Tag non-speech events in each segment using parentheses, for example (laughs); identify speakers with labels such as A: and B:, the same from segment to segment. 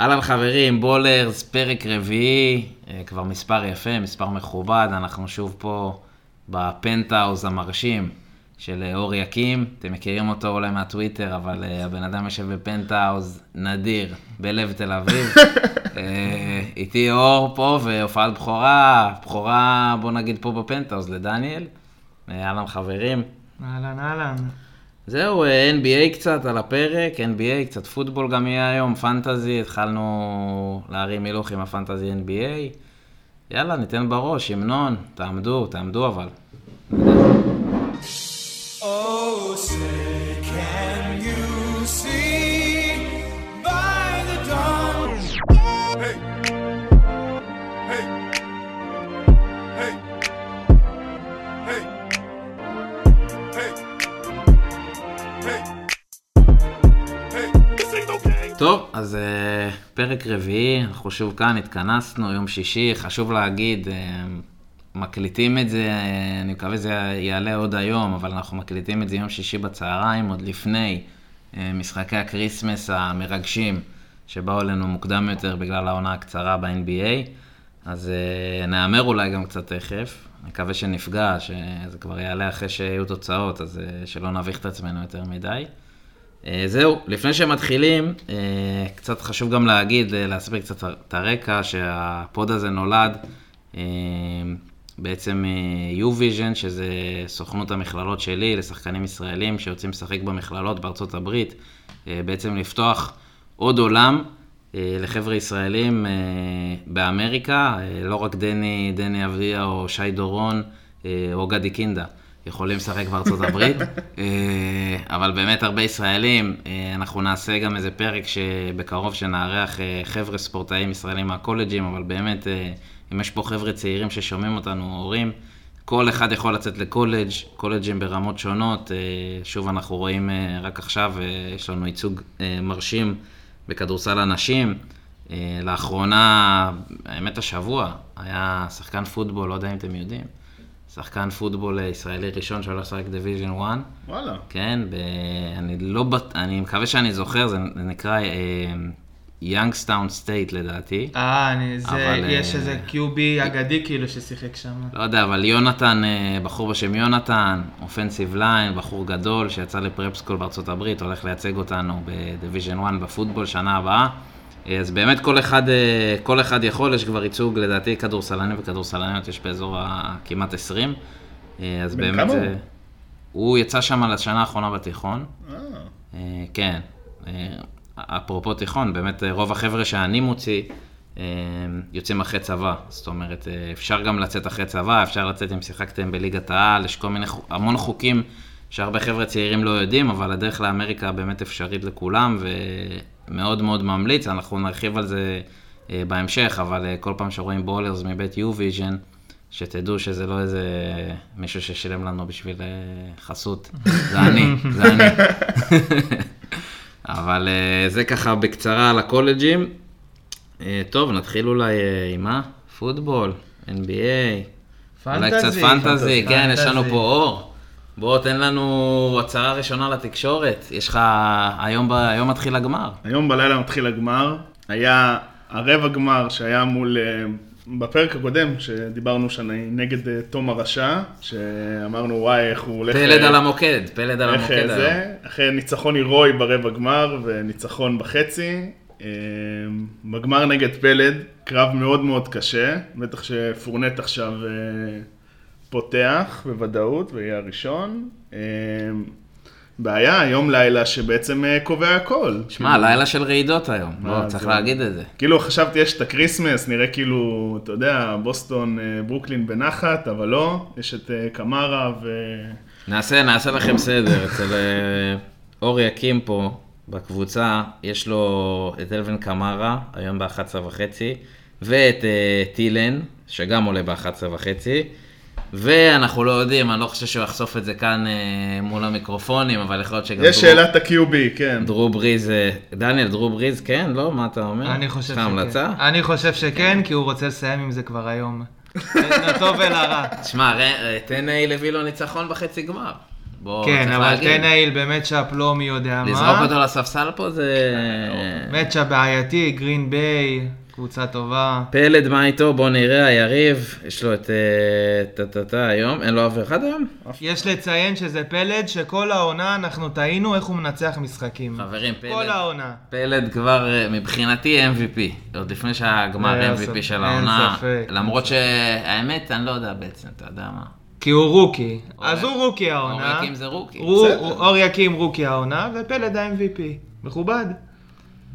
A: אהלן חברים, בולרס, פרק רביעי, אה, כבר מספר יפה, מספר מכובד, אנחנו שוב פה בפנטהאוז המרשים של אה, אור יקים, אתם מכירים אותו אולי מהטוויטר, אבל אה, הבן אדם יושב בפנטהאוז נדיר, בלב תל אביב. אה, איתי אור פה והופעת בכורה, בכורה בוא נגיד פה בפנטהאוז לדניאל. אה, אהלן חברים.
B: אהלן, אהלן.
A: זהו, אה, NBA קצת על הפרק, NBA, קצת פוטבול גם יהיה היום, פנטזי, התחלנו להרים הילוך עם הפנטזי NBA. יאללה, ניתן בראש, המנון, תעמדו, תעמדו אבל.
C: Oh, say, can you see by the dawn? Hey, hey, hey, hey, hey, hey, hey. This ain't okay.
A: טוב, אז אה, פרק רביעי, אנחנו שוב כאן, התכנסנו, יום שישי, חשוב להגיד, אה, מקליטים את זה, אה, אני מקווה זה יעלה עוד היום, אבל אנחנו מקליטים את זה יום שישי בצהריים, עוד לפני אה, משחקי הקריסמס המרגשים שבאו אלינו מוקדם יותר בגלל העונה הקצרה ב-NBA, אז אה, נהמר אולי גם קצת תכף, נקווה שנפגע, שזה כבר יעלה אחרי שיהיו תוצאות, אז אה, שלא נביך את עצמנו יותר מדי. אה, זהו, לפני שמתחילים, אה, קצת חשוב גם להגיד, אה, להסביר קצת את הרקע, שהפוד הזה נולד אה, בעצם אה, U-Vision, שזה סוכנות המכללות שלי לשחקנים ישראלים שיוצאים לשחק במכללות בארצות הברית, אה, בעצם לפתוח עוד עולם אה, לחבר'ה ישראלים אה, באמריקה, אה, לא רק דני, דני אבדיה או שי דורון אה, או גדי קינדה. יכולים לשחק בארצות הברית, אה, אבל באמת הרבה ישראלים, אה, אנחנו נעשה גם איזה פרק שבקרוב שנארח אה, חבר'ה ספורטאים ישראלים מהקולג'ים, אבל באמת, אה, אם יש פה חבר'ה צעירים ששומעים אותנו, הורים, כל אחד יכול לצאת לקולג', קולג'ים ברמות שונות, אה, שוב אנחנו רואים אה, רק עכשיו, אה, יש לנו ייצוג אה, מרשים בכדורסל הנשים. אה, לאחרונה, האמת השבוע, היה שחקן פוטבול, לא יודע אם אתם יודעים, שחקן פוטבול ישראלי ראשון שהולך לשחק דיוויז'ן 1.
D: וואלה.
A: כן, ב... אני לא בט... אני מקווה שאני זוכר, זה זה נקרא יאנגסטאון סטייט לדעתי.
B: אה, אני, זה,
A: אבל,
B: יש
A: אה,
B: איזה קיובי אגדי כאילו ששיחק שם.
A: לא יודע, אבל יונתן, אה, בחור בשם יונתן, אופנסיב ליין, בחור גדול שיצא לפרפסקול בארצות הברית, הולך לייצג אותנו בדיוויז'ן 1 בפוטבול שנה הבאה. אה, אז באמת כל אחד, אה, כל אחד יכול, יש כבר ייצוג לדעתי כדורסלנים וכדורסלניות, יש באזור הכמעט 20. אה, אז
D: בן
A: באמת,
D: כמה הוא?
A: אה, הוא יצא שם לשנה האחרונה בתיכון.
D: אה,
A: אה, כן, אה, אפרופו תיכון, באמת אה, רוב החבר'ה שאני מוציא אה, יוצאים אחרי צבא. זאת אומרת, אה, אפשר גם לצאת אחרי צבא, אפשר לצאת אם שיחקתם בליגת העל, יש כל מיני, חו- המון חוקים שהרבה חבר'ה צעירים לא יודעים, אבל הדרך לאמריקה באמת אפשרית לכולם, ומאוד מאוד ממליץ, אנחנו נרחיב על זה אה, בהמשך, אבל אה, כל פעם שרואים בולרס מבית U-Vision, שתדעו שזה לא איזה מישהו ששילם לנו בשביל אה, חסות, זה אני, זה אני. (laughs) אבל אה, זה ככה בקצרה על הקולג'ים. אה, טוב, נתחיל אולי אה, עם מה? פוטבול, NBA, אולי קצת פנטזי, כן, יש לנו פה אור. בוא, תן לנו הצהרה ראשונה לתקשורת. יש לך, היום ב- היום מתחיל הגמר.
D: היום בלילה מתחיל הגמר. היה הרבע גמר שהיה מול... אה, בפרק הקודם, שדיברנו שאני נגד אה, תום הרשע, שאמרנו וואי איך הוא הולך...
A: פלד
D: אה,
A: על המוקד, פלד על
D: איך
A: המוקד
D: אה,
A: היום.
D: זה, אחרי ניצחון הירואי ברבע גמר וניצחון בחצי. אה, בגמר נגד פלד, קרב מאוד מאוד קשה, בטח שפורנט עכשיו אה, פותח בוודאות ויהיה הראשון. אה, בעיה, היום לילה שבעצם אה, קובע הכל.
A: שמע, לילה של רעידות היום.
D: מה,
A: בוא,
D: זה-
A: צריך להגיד את זה.
D: כאילו חשבתי יש את הקריסמס, נראה כאילו, אתה יודע, בוסטון, אה, ברוקלין בנחת, אבל לא, יש את אה, קמרה ו...
A: נעשה, נעשה לכם סדר. אצל אה, אור יקים פה, בקבוצה, יש לו את אלווין קמרה, היום ב-11 וחצי, ואת אה, טילן, שגם עולה ב-11 וחצי. ואנחנו לא יודעים, אני לא חושב שהוא יחשוף את זה כאן אה, מול המיקרופונים, אבל יכול להיות שגם
D: יש
A: דרור-
D: שאלת ה-QB, כן.
A: דרו בריז, אה, דניאל, דרו בריז, כן? לא? מה אתה אומר?
B: אני חושב
A: יש לך
B: שכן.
A: המלצה?
B: אני חושב שכן, כי הוא רוצה לסיים עם זה כבר (laughs) היום. לטוב ולרע.
A: תשמע, ר- אה, תן אה, לווילו ניצחון בחצי גמר. בוא,
B: כן,
A: צריך
B: אבל
A: להגיד.
B: טנאיל במצ'אפ לא מי יודע מה.
A: לזרוק אותו לספסל פה זה...
B: אה, מצ'אפ בעייתי, גרין ביי, קבוצה טובה.
A: פלד, מה איתו? בוא נראה, היריב, יש לו את אה, טה-טה-טה היום, אין לו אף אחד היום?
B: יש לציין שזה פלד שכל העונה אנחנו טעינו איך הוא מנצח משחקים.
A: חברים,
B: כל
A: פלד,
B: העונה.
A: פלד כבר אה, מבחינתי MVP, עוד לפני
B: אין
A: שהגמר
B: ספק,
A: MVP של
B: אין
A: העונה,
B: ספק,
A: למרות שהאמת, אני לא יודע בעצם, אתה יודע מה.
B: כי הוא רוקי. אז הוא רוקי העונה.
A: אורקים זה רוקי,
B: הוא-
A: כן, בסדר.
B: הוא- אור יקים רוקי העונה, ופלד ה-MVP. מכובד.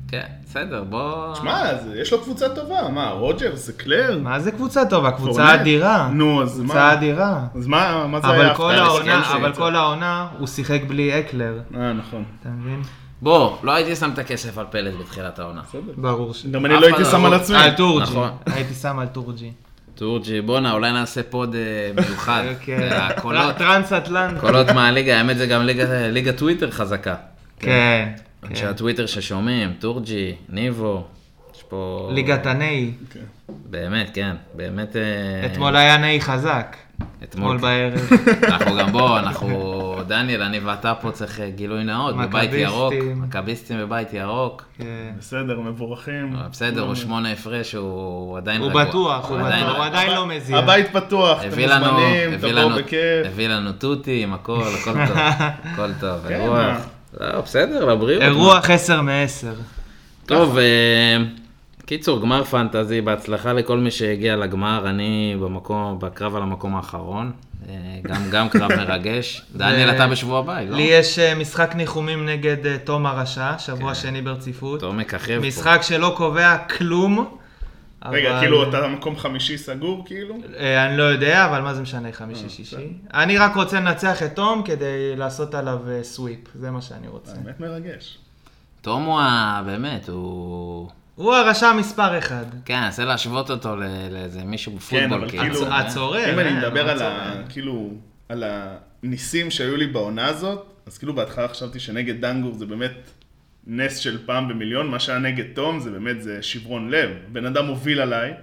A: כן, בסדר, בוא...
D: שמע, אז יש לו קבוצה טובה, מה, רוג'רס זה קלר?
B: מה זה קבוצה טובה? קבוצה
D: פורנט?
B: אדירה.
D: נו, אז
B: קבוצה
D: מה?
B: אדירה.
D: אז מה, מה זה היה?
B: אבל
D: הפתעה
B: כל העונה,
D: לסקלסי?
B: אבל כל העונה הוא שיחק בלי אקלר.
D: אה, נכון.
B: אתה מבין?
A: בוא, לא הייתי שם את הכסף על פלד בתחילת העונה.
B: ברור ש...
D: גם אני
A: אף
D: לא הייתי
A: אחד
D: שם
A: לא-
D: על עצמי.
B: על טורג'י.
A: נכון.
B: הייתי שם על טורג'י.
A: תורג'י, בואנה, אולי נעשה פוד אה, מיוחד.
B: (laughs) כן.
A: אה, הקולות,
B: טרנס אטלנט.
A: קולות מהליגה, האמת זה גם ליגה- ליגה טוויטר חזקה.
B: כן. כן.
A: אנשי הטוויטר ששומעים, תורג'י, ניבו, יש פה...
B: ליגת הנאי.
D: אוקיי,
A: באמת, כן, באמת... אה,
B: אתמול היה נאי חזק. אתמול
A: אתמול כן.
B: בערב.
A: (laughs) אנחנו גם
B: (laughs)
A: בוא, אנחנו, דניאל, אני ואתה פה צריך אה, גילוי נאות, בבית ירוק,
B: מכביסטים.
A: מכביסטים בבית ירוק.
B: כן. Mm.
D: בסדר, מבורכים.
A: אבל אה, בסדר, הוא שמונה הפרש, הוא עדיין
B: הוא
A: רגוע.
B: בטוח, הוא
A: עדיין
B: בטוח, הוא
A: רגוע.
B: עדיין לא מזיע.
D: הבית פתוח, אתם
A: הביא לנו,
D: מוזמנים,
A: הביא לנו,
D: תבואו בכיף.
A: הביא לנו תותים, הכל, הכל
B: (laughs)
A: טוב, הכל טוב,
D: כן,
A: אירוח.
B: אה.
A: לא, בסדר, לבריאות.
B: אירוח 10 מ-10.
A: טוב, אה, קיצור, גמר פנטזי, בהצלחה לכל מי שהגיע לגמר, אני במקום, בקרב על המקום האחרון, אה, גם, גם
B: (laughs)
A: קרב מרגש. דניאל,
B: ו-
A: אתה בשבוע הבא, לא?
B: לי יש אה, משחק ניחומים נגד אה, תום הרשע, שבוע שני ברציפות.
A: אתה מככב פה.
B: משחק שלא קובע כלום.
D: רגע,
B: אבל-
D: כאילו אתה מקום חמישי סגור, כאילו?
B: אה, אני לא יודע, אבל מה זה משנה,
D: אה,
B: חמישי, שישי. אני רק רוצה לנצח את תום כדי לעשות עליו אה, סוויפ, זה מה שאני רוצה.
D: אה, באמת מרגש.
A: תום הוא ה... אה, באמת, הוא...
B: הוא הרשע מספר 1.
A: כן, אני אנסה להשוות אותו ל- לאיזה מישהו
D: כן,
A: בפוטבול,
D: אבל כאילו,
A: אה?
B: הצורר,
D: אם אני
B: אה,
D: מדבר על ה-
B: הצורר.
D: כאילו, על הניסים שהיו לי בעונה הזאת, אז כאילו בהתחלה חשבתי שנגד דנגור זה באמת נס של פעם במיליון, מה שהיה נגד תום זה באמת, זה שברון לב. בן אדם הוביל עליי,
B: אה.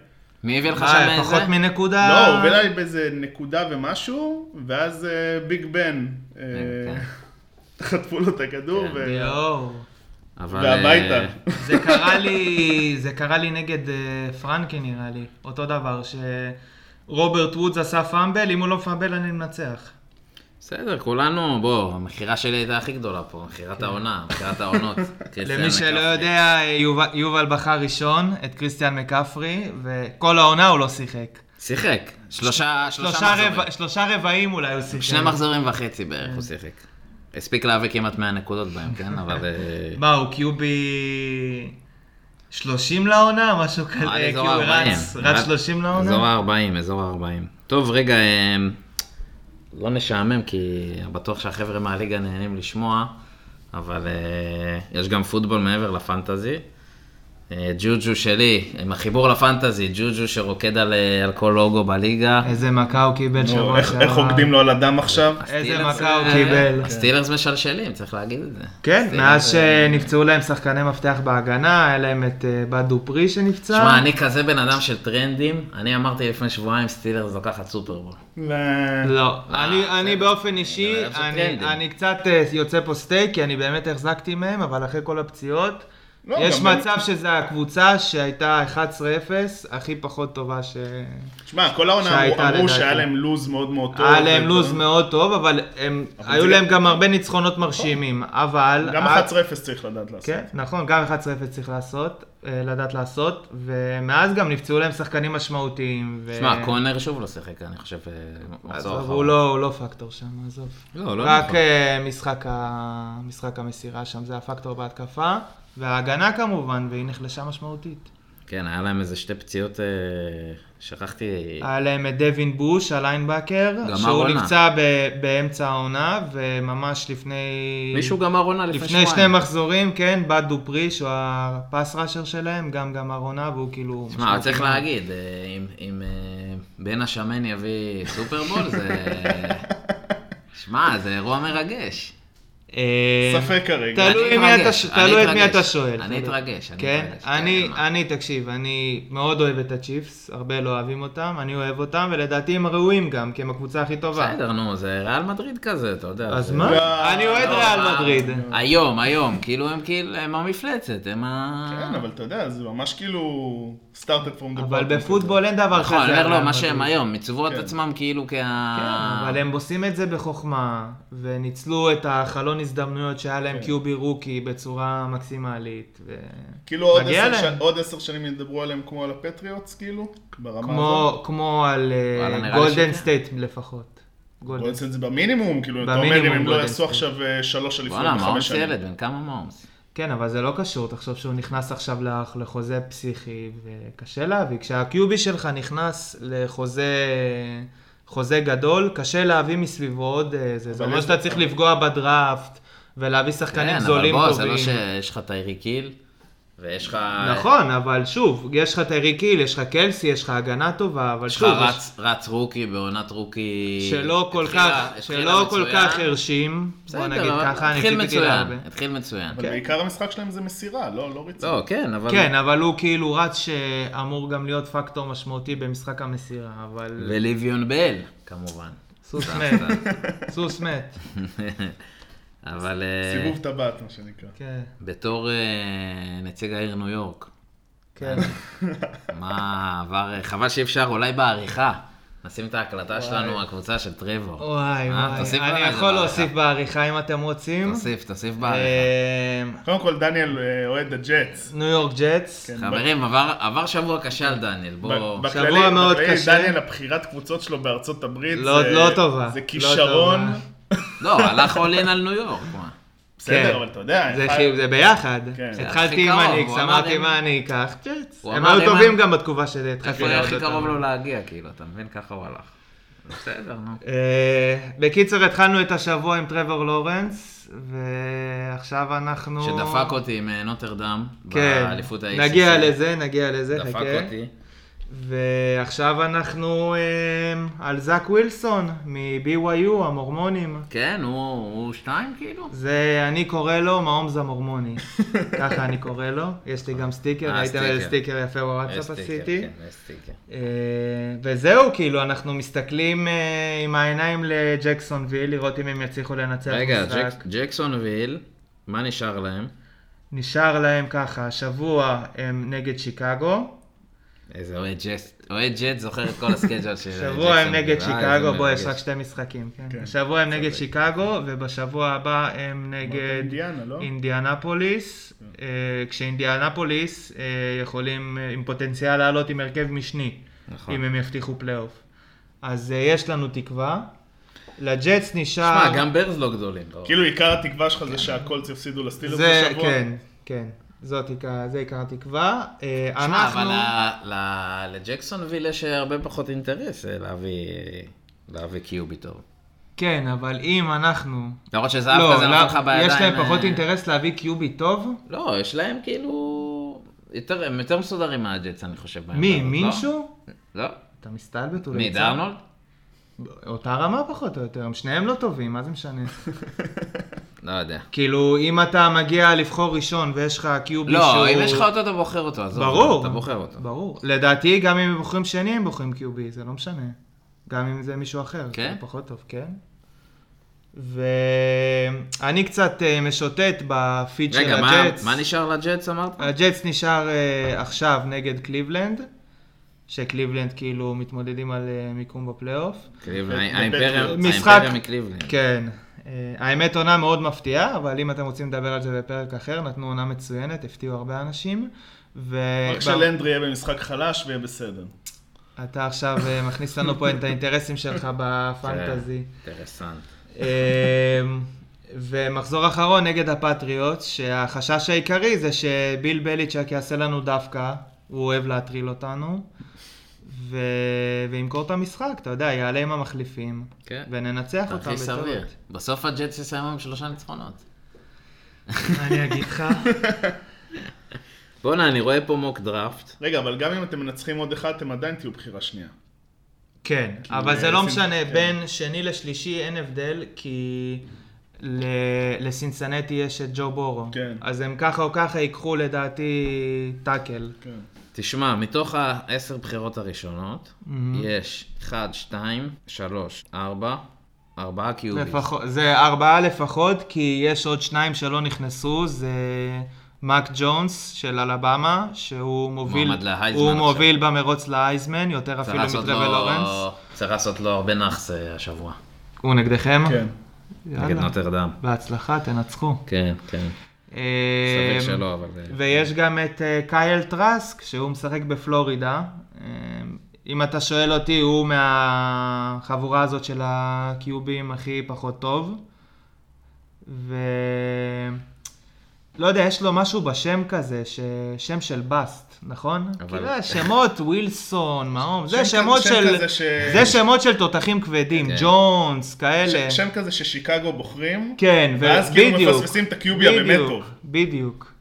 A: מי הביא לך שם
B: מה, פחות
A: איזה?
B: מנקודה?
D: לא, הוא הוביל עליי באיזה נקודה ומשהו, ואז אה, ביג בן, אה,
A: כן.
D: (laughs) חטפו לו את הכדור,
A: כן.
D: ו-
B: יואו.
A: אבל, אה,
D: והביתה.
B: זה קרה לי, זה קרה לי נגד אה, פרנקי נראה לי, אותו דבר, שרוברט וודס עשה פאמבל, אם הוא לא פאמבל אני מנצח.
A: בסדר, כולנו, בוא, המכירה שלי הייתה הכי גדולה פה, מכירת העונה, מכירת העונות. קריסטיאן
B: כן. (laughs) למי שלא
A: מקאפרי.
B: יודע, יובל- יובל בחר ראשון את קריסטיאן מקפרי, וכל העונה הוא לא שיחק.
A: שיחק, שלושה, שלושה
B: שלושה
A: מחזורים.
B: רבע- שלושה רבעים אולי הוא שיחק.
A: שני מחזורים וחצי בערך
B: כן.
A: הוא שיחק. הספיק להביא כמעט 100 נקודות בהם, כן?
B: (laughs)
A: אבל... אה,
B: מה, הוא קיובי 30 לעונה? משהו כזה,
A: נראה לי
B: כי
A: אזור
B: הוא
A: ה-40.
B: אה, כאילו רץ רץ 30
A: אזור
B: לעונה?
A: ה-40, אזור ה-40. טוב, רגע, אה, לא נשעמם, כי בטוח שהחבר'ה מהליגה נהנים לשמוע, אבל אה, יש גם פוטבול מעבר לפנטזי. אה, ג'וג'ו שלי, עם החיבור לפנטזי, ג'וג'ו שרוקד על אה, על כל לוגו בליגה.
B: איזה מכה הוא קיבל
D: נו,
B: שבוע
D: איך-
B: שעבר.
D: איך רוקדים לו על הדם עכשיו?
B: איזה
A: הסטילרס,
B: מכה הוא
A: אה,
B: קיבל.
A: הסטילרס משלשלים, צריך להגיד את זה.
B: כן,
A: הסטילרס,
B: מאז
A: אה,
B: שנפצעו להם שחקני מפתח בהגנה, היה להם את אה, בד דופרי שנפצע.
A: שמע, אני כזה בן אדם של טרנדים, אני אמרתי לפני שבועיים סטילרס לוקחת סופרבול.
B: כן.
D: לא.
B: לא, אני-
A: אה, בסדר.
B: אני באופן אישי,
A: אבל זה
B: אני-
A: טרנדים.
B: אני קצת אה, יוצא פה סטייק, כי אני באמת החזקתי מהם, אבל אחרי כל הפציעות,
D: לא,
B: יש
D: גם-
B: מצב שזו הקבוצה שהייתה 11-0, הכי פחות טובה ש...
D: שמע, כל העונה אמרו-
B: שהייתה
D: אמרו
B: לדעתי.
D: שהיה להם לוז מאוד מאוד טוב. לא-
B: היה להם
D: ו-
B: לוז מאוד טוב, אבל הם-
D: אבל
B: היו
A: לא-
D: זה-
B: להם גם הרבה ניצחונות מרשימים, אבל...
D: גם
B: ה-
D: 11-0 צריך לדעת לעשות.
B: כן, נכון, גם 11-0 צריך לעשות, אה, לדעת לעשות, ומאז גם נפצעו להם שחקנים משמעותיים. ו-
A: שמע, קונר שוב לא שיחק, אני חושב, אה, מחזור
B: עזוב,
A: אחרון.
B: הוא לא, הוא לא פקטור שם, עזוב.
A: לא, לא
B: רק
A: נכון.
B: אה, משחק, ה... משחק המסירה שם, זה הפקטור בהתקפה, וההגנה כמובן, והיא נחלשה משמעותית.
A: כן, היה להם איזה שתי פציעות, אה, שכחתי,
B: היה להם את דווין בוש, הליינבקר,
A: גמר
B: שהוא
A: עונה.
B: נפצע ב... באמצע העונה, וממש לפני...
A: מישהו גמר עונה לפני
B: לפני שני
A: שבועיים.
B: מחזורים, כן, בד דופרי, שהוא הפס ראשר שלהם, גם גמר עונה, והוא כאילו...
A: שמע, אבל צריך להגיד, אה, אם- אם אה, בן השמן
B: (laughs)
A: יביא סופרבול, זה... שמע, זה אירוע מרגש.
B: אה,
D: ספק כרגע.
B: תלוי
A: אני
B: מי אתה
A: אתרגש,
B: ש-
A: אני
B: תלוי את מי
A: אתרגש.
B: אתה שואל.
A: אני
B: אתה יודע.
A: אתרגש, אני
B: כן,
A: אתרגש,
B: אני,
A: כן, מה?
B: אני, תקשיב, אני מאוד אוהב את הצ'יפס, הרבה לא אוהבים אותם, אני אוהב אותם, ולדעתי הם ראויים גם, כי הם הקבוצה הכי טובה.
A: בסדר, נו, זה ריאל מדריד כזה, אתה יודע.
B: אז
A: זה-
D: לא,
B: מה? אני אוהד
A: לא,
B: ריאל
A: מה-
B: מדריד.
A: היום, היום, כאילו הם כאילו, הם המפלצת, הם ה...
D: (laughs) כן, אבל אתה יודע, זה ממש כאילו started from the
B: אבל
D: bottom.
B: בפוטבול אין דבר כזה.
A: נכון, אני אומר
B: ריאל
A: לו, מה
B: מדריד.
A: שהם היום, מצוו את
D: כן.
A: עצמם כאילו
B: כן,
A: כה...
B: אבל הם עושים את זה בחוכמה, וניצלו את החלון הזדמנויות שהיה
D: כן.
B: להם קיובי רוקי בצורה מקסימלית. ו...
D: כאילו עוד
B: מגיע
D: עשר
B: להם.
D: ש- עוד עשר שנים ידברו עליהם כמו על הפטריוטס, כאילו? ברמה הזאת?
B: כמו, כמו על אה,
A: וואלה, נראה לי
B: גולדן
A: שכן.
B: סטייט לפחות. גולדן
D: בוא נעשה את זה במינימום, כאילו, אתה אומר,
B: במינימום,
D: אם הם לא
B: גולדן
D: יעשו
B: סטייט.
D: עכשיו אה, שלוש אליפויות
A: וואלה,
D: בחמש
A: מעומס
D: שנים.
A: ילד, בן כמה מעומס?
B: כן, אבל זה לא קשור, תחשוב שהוא נכנס עכשיו לח- לחוזה פסיכי, וקשה להביא. כשהקיובי שלך נכנס לחוזה חוזה גדול, קשה להביא מסביבו עוד איזה. זה
D: אבל
B: אומר
D: יש-
B: שאתה צריך לפגוע בדראפט, ולהביא שחקנים
A: כן, אבל
B: זולים
A: בוא, זה
B: טובים.
A: לא שיש לך טיירי קיל, ויש לך...
B: נכון, אבל שוב, יש לך טיירי קיל, יש לך קלסי, יש לך הגנה טובה, אבל
A: יש לך
B: שוב,
A: רץ, רץ רוקי בעונת רוקי...
B: שלא כל
A: התחילה-
B: כך,
A: התחילה
B: שלא כל
A: מצוין.
B: כך הרשים, בוא
A: בסדר,
B: נגיד
A: אבל
B: ככה, אני
A: התחיל
B: ציפיתי להרבה.
A: מצוין, התחיל מצוין.
D: אבל בעיקר המשחק שלהם זה מסירה, לא לא ריצה.
A: כן. לא, כן, אבל...
B: כן, אבל הוא כאילו רץ שאמור גם להיות פקטור משמעותי במשחק המסירה, אבל
A: וליביון בל, כמובן.
B: סוס מת, סוס מת,
A: (laughs) אבל אה,
D: סיבוב טבעת, מה שנקרא.
B: כן,
A: בתור אה, נציג העיר ניו יורק,
B: כן.
A: מה עבר, חבל שאי אפשר, אולי בעריכה. נשים את ההקלטה שלנו, הקבוצה של טרבור.
B: וואי
A: אה,
B: וואי,
A: תוסיף
B: אני
A: עליי, זה
B: יכול
A: בעריכה.
B: להוסיף בעריכה אם אתם רוצים.
A: תוסיף, תוסיף בעריכה.
B: אמ,
D: קודם כל, דניאל אה, אוהד הג'אטס.
B: ניו יורק ג'טס,
D: כן.
A: חברים, עבר עבר שבוע קשה על דניאל, בואו...
D: ב-
B: שבוע
D: בכללי-
B: מאוד
D: בכללי,
B: קשה.
D: דניאל, הבחירת קבוצות שלו בארצות הברית,
B: לא-
D: זה-
B: לא טובה.
D: זה
B: לא
D: כישרון.
B: טובה.
A: לא, הלך אולין על ניו יורק,
B: (laughs)
A: מה.
B: כן.
D: בסדר, אבל אתה יודע, אה,
B: זה
D: אחד-
B: כאילו, זה ביחד.
D: כן. זה
B: התחלתי
A: הכי
B: עם
A: קרוב,
B: הניקס,
A: הוא אמר
B: אמרתי
A: אם-
B: מה אני אקח, ג'טס.
A: הוא
B: הם
A: אמר,
B: היו
A: אם
B: טובים
A: אני-
B: גם בתקופה שהתחלתי
A: איפה היה
B: לראות
A: הכי
B: אותם.
A: קרוב לו להגיע, כאילו, אתה מבין? ככה הוא הלך. בסדר, נו.
B: אה, בקיצר, התחלנו את השבוע עם טרוור לורנס, ועכשיו אנחנו...
A: שדפק אותי עם אה, נוטרדם,
B: כן,
A: באליפות ה-ACC.
B: נגיע לזה, כן. נגיע לזה, חכה.
A: דפק אותי.
B: ועכשיו אנחנו אה, על זאק ווילסון מ-BYU, המורמונים.
A: כן, הוא הוא שתיים כאילו?
B: זה, אני קורא לו מעומז המורמוני.
A: (laughs)
B: ככה אני קורא לו. יש לי גם סטיקר,
A: אה,
B: ראית
A: סטיקר.
B: סטיקר יפה בוואטסאפ
A: יש סטיקר,
B: עשיתי.
A: כן, יש סטיקר.
B: אה, וזהו, כאילו, אנחנו מסתכלים אה, עם העיניים לג'קסונוויל, לראות אם הם יצליחו לנצח
A: רגע,
B: משחק.
A: ג'ק- ג'קסון ויל, מה נשאר להם?
B: נשאר להם ככה, השבוע הם נגד שיקגו,
A: איזה אוהד ג'ט, אוהד ג'ט זוכר את כל הסקייג'ל של
B: שבוע הם נגד
A: ג'קסון ויל. אה,
B: שיקגו,
A: איזה
B: בוא יש
A: מרגש.
B: רק שתי משחקים, כן.
D: כן.
B: השבוע הם נגד שיקגו, ובשבוע הבא הם נגד
D: אינדיאנה, לא? כן.
B: אינדיאנפוליס, אה, כשאינדיאנפוליס אה, יכולים, אה, עם פוטנציאל לעלות עם הרכב משני,
A: נכון.
B: אם הם יבטיחו פלייאוף. אז אה, יש לנו תקווה. לג'טס נשאר...
A: שמע, גם ברז לא גדולים. לא.
D: כאילו עיקר התקווה שלך זה שהקולץ יפסידו לסטילרס
B: זה,
D: בשבוע?
B: כן, כן. זאת עיקר, זה עיקר התקווה. אה,
A: שמע,
B: אנחנו...
A: אבל ל- ל- לג'קסון ויל יש הרבה פחות אינטרס אה, להביא להביא קיובי טוב.
B: כן, אבל אם אנחנו...
A: למרות שזהב
B: לא,
A: כזה נותן לך
B: לא,
A: בידיים.
B: יש להם פחות
A: אה,
B: אינטרס להביא קיובי טוב?
A: לא, יש להם כאילו... יותר- הם יותר מסודרים מהג'טס, אני חושב.
B: מי,
A: בעמדה הזאת, לא?
B: מינשו?
A: לא.
B: אתה מסתלבט אולי.
A: מי,
B: קצת?
A: דארנולד?
B: אותה רמה פחות או יותר, הם שניהם לא טובים, מה זה משנה? (laughs)
A: לא יודע.
B: כאילו, אם אתה מגיע לבחור ראשון ויש לך קיובי שהוא...
A: לא, אם יש לך אותו, אתה בוחר אותו. עזוב,
B: ברור.
A: אתה בוחר אותו.
B: ברור. לדעתי, גם אם הם בוחרים שני, הם בוחרים קיובי, זה לא משנה. גם אם זה מישהו אחר.
A: כן?
B: זה פחות טוב, כן. ואני קצת אה, משוטט בפיד של
A: רגע, מה-
B: הג'טס.
A: מה נשאר לג'טס אמרת?
B: הג'טס נשאר אה, עכשיו נגד קליבלנד, שקליבלנד כאילו מתמודדים על אה, מיקום בפלייאוף.
A: קליבלנד,
D: ו-
A: האימפריה
D: ופטריוט.
B: אה, משחק-
A: האימפריה מקליבלנד.
B: כן. אה, האמת עונה מאוד מפתיעה, אבל אם אתם רוצים לדבר על זה בפרק אחר, נתנו עונה מצוינת, הפתיעו הרבה אנשים. ו...
D: רק שלנדרי יהיה במשחק חלש ויהיה בסדר.
B: אתה עכשיו אה, מכניס לנו פה את האינטרסים שלך בפנטזי.
A: כן, אינטרסנט.
B: אמ, ומחזור אחרון נגד הפטריוט, שהחשש העיקרי זה שביל בליצ'ק יעשה לנו דווקא, הוא אוהב להטריל אותנו, ו... וימכור את המשחק, אתה יודע, יעלה עם המחליפים,
A: כן.
B: וננצח אותם
A: הכי סביר.
B: בטעות.
A: בסוף הג'טס יסיימו עם שלושה ניצחונות.
B: אני אגיד לך,
A: בואנה, אני רואה פה מוק דראפט.
D: רגע, אבל גם אם אתם מנצחים עוד אחד, אתם עדיין תהיו בחירה שנייה.
B: כן, אבל זה
D: אה,
B: לא
D: שים-
B: משנה,
D: כן.
B: בין שני לשלישי אין הבדל, כי ל- לסינסנטי יש את ג'ו בורו.
D: כן.
B: אז הם ככה או ככה ייקחו לדעתי טאקל.
D: כן.
A: תשמע, מתוך העשר בחירות הראשונות, יש 1, 2, 3, 4, 4 קיוביס.
B: לפחות, זה ארבעה לפחות, כי יש עוד שניים שלא נכנסו, זה מאק ג'ונס של אלבמה, שהוא מוביל,
A: מועמד להייזמן
B: הוא
A: עכשיו.
B: מוביל במרוץ לאייזמן, יותר
A: צריך
B: אפילו
A: לעשות
B: מטרוול
A: לו-
B: לורנס.
A: צריך לעשות לו הרבה נאחס אה, השבוע,
B: הוא נגדכם?
D: כן.
A: נגד
B: יאללה.
A: נוטרדם.
B: בהצלחה, תנצחו.
A: כן, כן.
B: אה,
A: סביר שלא, אבל... אה,
B: ויש גם את אה, קייל טראסק, שהוא משחק בפלורידה. אה, אם אתה שואל אותי, הוא מהחבורה הזאת של הקיובים הכי פחות טוב. ו... לא יודע, יש לו משהו בשם כזה, ש... שם של באסט, נכון?
A: אבל-
B: אבל... כאילו, שמות, (laughs) ווילסון, מעום, זה
D: שם כזה-
B: שמות
D: שם
B: של...
D: כזה ש-
B: זה שמות של תותחים כבדים,
A: כן.
B: ג'ונס, כאלה.
D: ש- שם כזה ששיקגו בוחרים,
B: כן, ו-
D: ואז כאילו
B: בדיוק.
D: מפספסים את הקיובי הבאמת
B: בדיוק,
D: טוב.
B: בדיוק.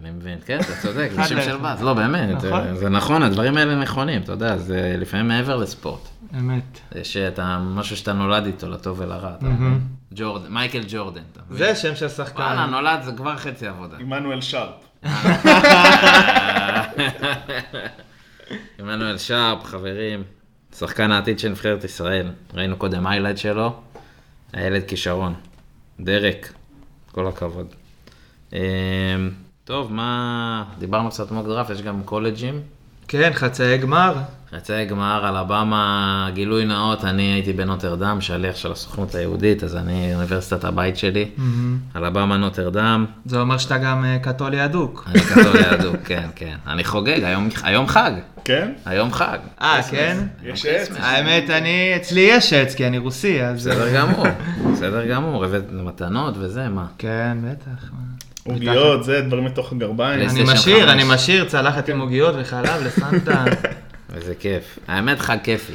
A: אני מבין, כן, אתה צודק, זה
B: אחד
A: שם
B: לאחד.
A: של באז, לא באמת,
B: נכון.
A: זה- זה נכון, הדברים האלה נכונים, אתה יודע, זה לפעמים מעבר לספורט.
B: אמת.
A: זה שאתה, משהו שאתה נולד איתו, לטוב ולרע, אתה מבין? ג'ורדן, מייקל ג'ורדן, אתה מבין?
B: זה שם של שחקן.
A: וואלה, נולד זה כבר חצי עבודה.
D: עמנואל שרפ.
A: עמנואל שרפ, חברים, שחקן העתיד של נבחרת ישראל. ראינו קודם היילד שלו, הילד כישרון. דרק, כל הכבוד. אמ, טוב, מה... דיברנו קצת מוק דראפט, יש גם קולג'ים.
B: כן, חצאי גמר.
A: חצי גמר, אלבמה, גילוי נאות, אני הייתי בנוטרדם, שליח של הסוכנות היהודית, אז אני אוניברסיטת הבית שלי. אלבמה נוטרדם,
B: זה אומר שאתה גם אה, קתולי הדוק.
A: אני כתוב לידו, (laughs) כן, כן. אני חוגג, היום- היום חג,
D: כן?
A: היום חג.
B: אה, כן?
D: יש עץ?
B: האמת, אני, אצלי יש עץ, כי אני רוסי, אז...
A: בסדר גמור, בסדר גמור, הבאת מתנות וזה, מה?
B: כן, בטח. מה.
D: עוגיות, זה, דברים מתוך הגרביים.
A: פלייסטיישן
B: אני משאיר,
A: חמש.
B: אני משאיר צלחת עם עוגיות וחלב לסנטה.
A: (laughs) וזה כיף. האמת, חג כיפי.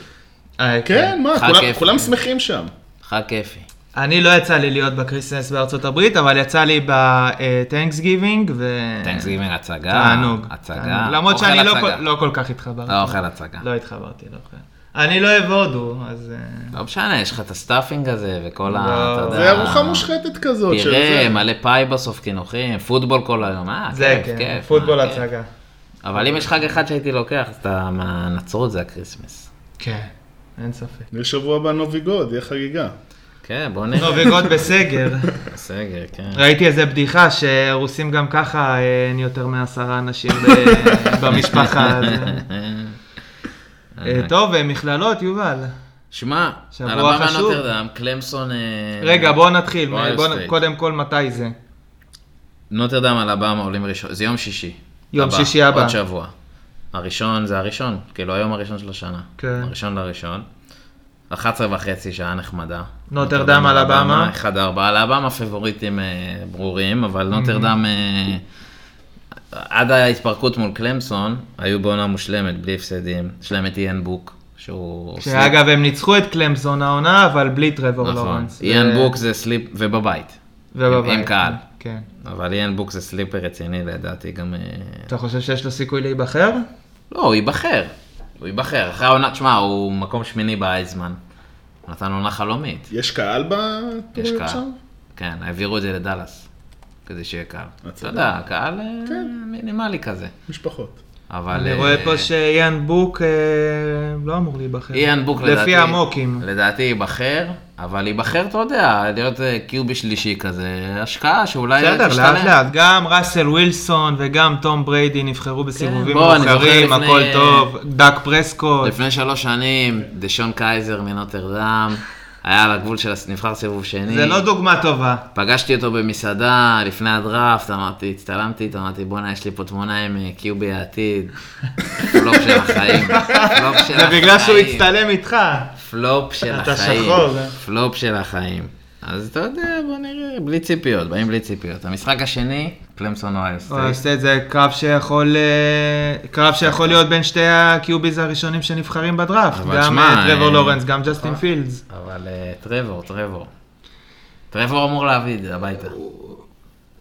B: אה,
D: כן, מה,
A: חג
D: כולם-
A: כיף. אה.
D: כולם שמחים שם.
A: חג כיפי.
B: אני לא יצא לי להיות בקריסמס בארצות הברית, אבל יצא לי בטנקס גיבינג, ו...
A: טנקס גימל הצגה.
B: כן. תענוג.
A: אה, הצגה.
B: תענוג. למרות
A: אוכל
B: שאני לא
A: הצגה.
B: כל- לא כל כך התחברתי.
A: אתה אוכל הצגה.
B: לא התחברתי, לא אוכל. אני לא אוהב הודו, אז... אה,
A: לא משנה, יש לך את הסטאפינג הזה וכל ה...
B: לא.
A: אתה יודע,
D: זה ארוחה מושחתת כזאת. של
A: פירה,
D: זה.
A: מלא פאי בסוף, קינוחים, פוטבול כל היום. אה,
B: זה
A: כיף,
B: כן,
A: כיף.
B: פוטבול
A: מה, כיף.
B: הצגה.
A: אבל אם יש חג אחד שהייתי לוקח, אז אתה מהנצרות זה הקריסמס.
B: כן, אין ספק.
D: לשבוע הבא נובי גוד, יהיה חגיגה.
A: כן, בוא נראה.
B: נובי גוד
A: (laughs)
B: בסגר.
A: סגר, כן.
B: ראיתי איזה בדיחה שרוסים גם ככה אה, אין יותר מעשרה אנשים
A: (laughs)
B: ב- במשפחה. אז, אה, טוב, אה, מכללות, יובל.
A: שמע,
B: שבוע
A: אלבמה
B: חשוב.
A: נוטרדם, קלמסון... אה,
B: רגע, בואו נתחיל.
A: אוהיו
B: בוא נ-
A: סטייט.
B: קודם כל, מתי זה?
A: נוטרדם, אלבמה עולים ראשון, זה יום שישי.
B: יום שישי הבא.
A: עוד שבוע. הראשון זה הראשון, כאילו היום הראשון של השנה.
B: כן.
A: הראשון לראשון. 11 וחצי, שעה נחמדה.
B: נוטרדם, אלבמה.
A: 1-4, אלבמה פיבוריטים אה, ברורים, אבל נוטרדם,
B: Mm-hmm.
A: אה, עד ההתפרקות מול קלמסון, היו בעונה מושלמת, בלי הפסדים. שלמת איאן בוק, שהוא...
B: שאגב, הם ניצחו את קלמזון העונה, אבל בלי טרוור
A: אוקיי. נכון.
B: לורנס.
A: איאן
B: ו-
A: בוק זה סליפ, ובבית.
B: ובבית.
A: עם קהל.
B: כן.
A: אבל איאן בוק זה סליפר רציני לדעתי גם... אה,
B: אתה חושב שיש לו סיכוי להיבחר?
A: לא, הוא ייבחר. הוא ייבחר. אחרי העונה, תשמע, הוא מקום שמיני באייזמן. הוא נתן עונה חלומית.
D: יש קהל
A: יש
D: בטורניר
A: קהל.
D: שם?
A: כן, העבירו את זה לדאלאס. כדי שיהיה קהל. אתה
D: צודק.
A: יודע, קהל אה, מינימלי כזה.
D: משפחות.
A: אבל...
B: אני
A: אה,
B: רואה פה שאיאן בוק אה, לא אמור להיבחר.
A: איאן בוק לדעתי...
B: לפי המוקים.
A: לדעתי ייבחר, אבל ייבחר, אתה יודע, להיות אה, קיובי שלישי כזה, השקעה שאולי לא
B: בסדר,
A: תשתלם.
B: לאט לאט. גם ראסל ווילסון וגם תום בריידי נבחרו בסיבובים
A: כן. בוא, אני זוכר
B: מאוחרים,
A: לפני-
B: הכל טוב. דאק פרסקוט.
A: לפני שלוש שנים, דשון קייזר מנוטרדם, היה על הגבול של הס- נבחר סיבוב שני.
B: זה לא דוגמה
A: (laughs)
B: טובה.
A: פגשתי אותו במסעדה לפני הדראפט, אמרתי, הצטלמתי איתו, אמרתי, בואנה, יש לי פה תמונה עם אה, קיובי העתיד. פלופ של החיים. פלופ של
B: זה בגלל שהוא
A: החיים.
B: הצטלם איתך.
A: אה, פלופ של
B: אתה
A: החיים.
B: שחור, אה?
A: פלופ של החיים. אז אתה יודע, בוא נראה, בלי ציפיות, באים בלי ציפיות. המשחק השני, קלמסון אוהל
B: הוא
A: סטייט.
B: עושה את זה קרב שיכול אה, קרב שיכול להיות בין שתי הקיוביז הראשונים שנבחרים בדראפט.
A: אבל
B: גם
A: שמע,
B: אה, טרוור
A: אה,
B: לורנס, גם ג'סטין פילדס.
A: אבל אה, טרבור, טרבור. טרבור אמור להביא את זה הביתה.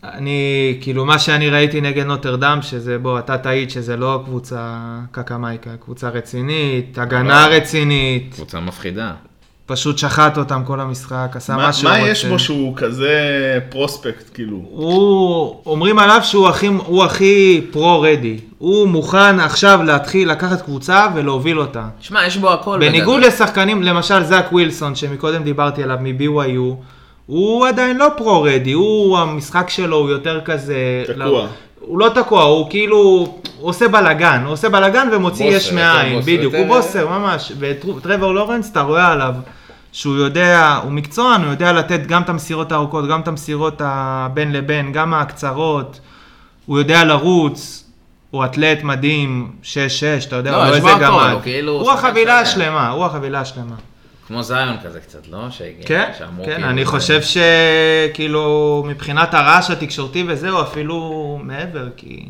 B: אני, כאילו, מה שאני ראיתי נגד נוטרדם, שזה, בוא, אתה תעיד שזה לא קבוצה קקמייקה, קבוצה רצינית, הגנה רצינית,
A: קבוצה מפחידה.
B: פשוט שחט אותם כל המשחק, עשה
D: מה,
B: מה שהוא
D: מה
B: רוצה.
D: יש בו שהוא כזה פרוספקט, כאילו?
B: הוא, אומרים עליו שהוא הכי, הוא הכי פרו-רדי. הוא מוכן עכשיו להתחיל לקחת קבוצה ולהוביל אותה.
A: שמע, יש בו הכל.
B: בניגוד
A: בגדול.
B: לשחקנים, למשל זאק ווילסון, שמקודם דיברתי עליו, מ-BYU, הוא עדיין לא פרו-רדי, הוא, המשחק שלו הוא יותר כזה...
D: תקוע.
B: לא, הוא לא תקוע, הוא כאילו הוא עושה בלאגן, הוא עושה בלאגן ומוציא
A: בוסר,
B: יש
A: יותר
B: מאין,
A: בוסר,
B: בדיוק, הוא
A: יותר-
B: בוסר ממש, וטרוור לורנס, אתה רואה עליו שהוא יודע, הוא מקצוען, הוא יודע לתת גם את המסירות הארוכות, גם את המסירות הבין לבין, גם הקצרות, הוא יודע לרוץ, הוא אתלט מדהים, 6-6, אתה יודע,
A: לא,
B: הוא
A: יש
B: איזה
A: בו הכל,
B: גמד.
A: הוא כאילו
B: הוא
A: שחקן
B: החבילה
A: שלם.
B: השלמה, הוא החבילה השלמה.
A: כמו זיון כזה קצת, לא? שהגיע,
B: כן,
A: כן, שאמרו
B: כן,
A: כאילו,
B: אני
A: זה-
B: חושב שכאילו מבחינת הרעש התקשורתי וזהו, אפילו מעבר, כי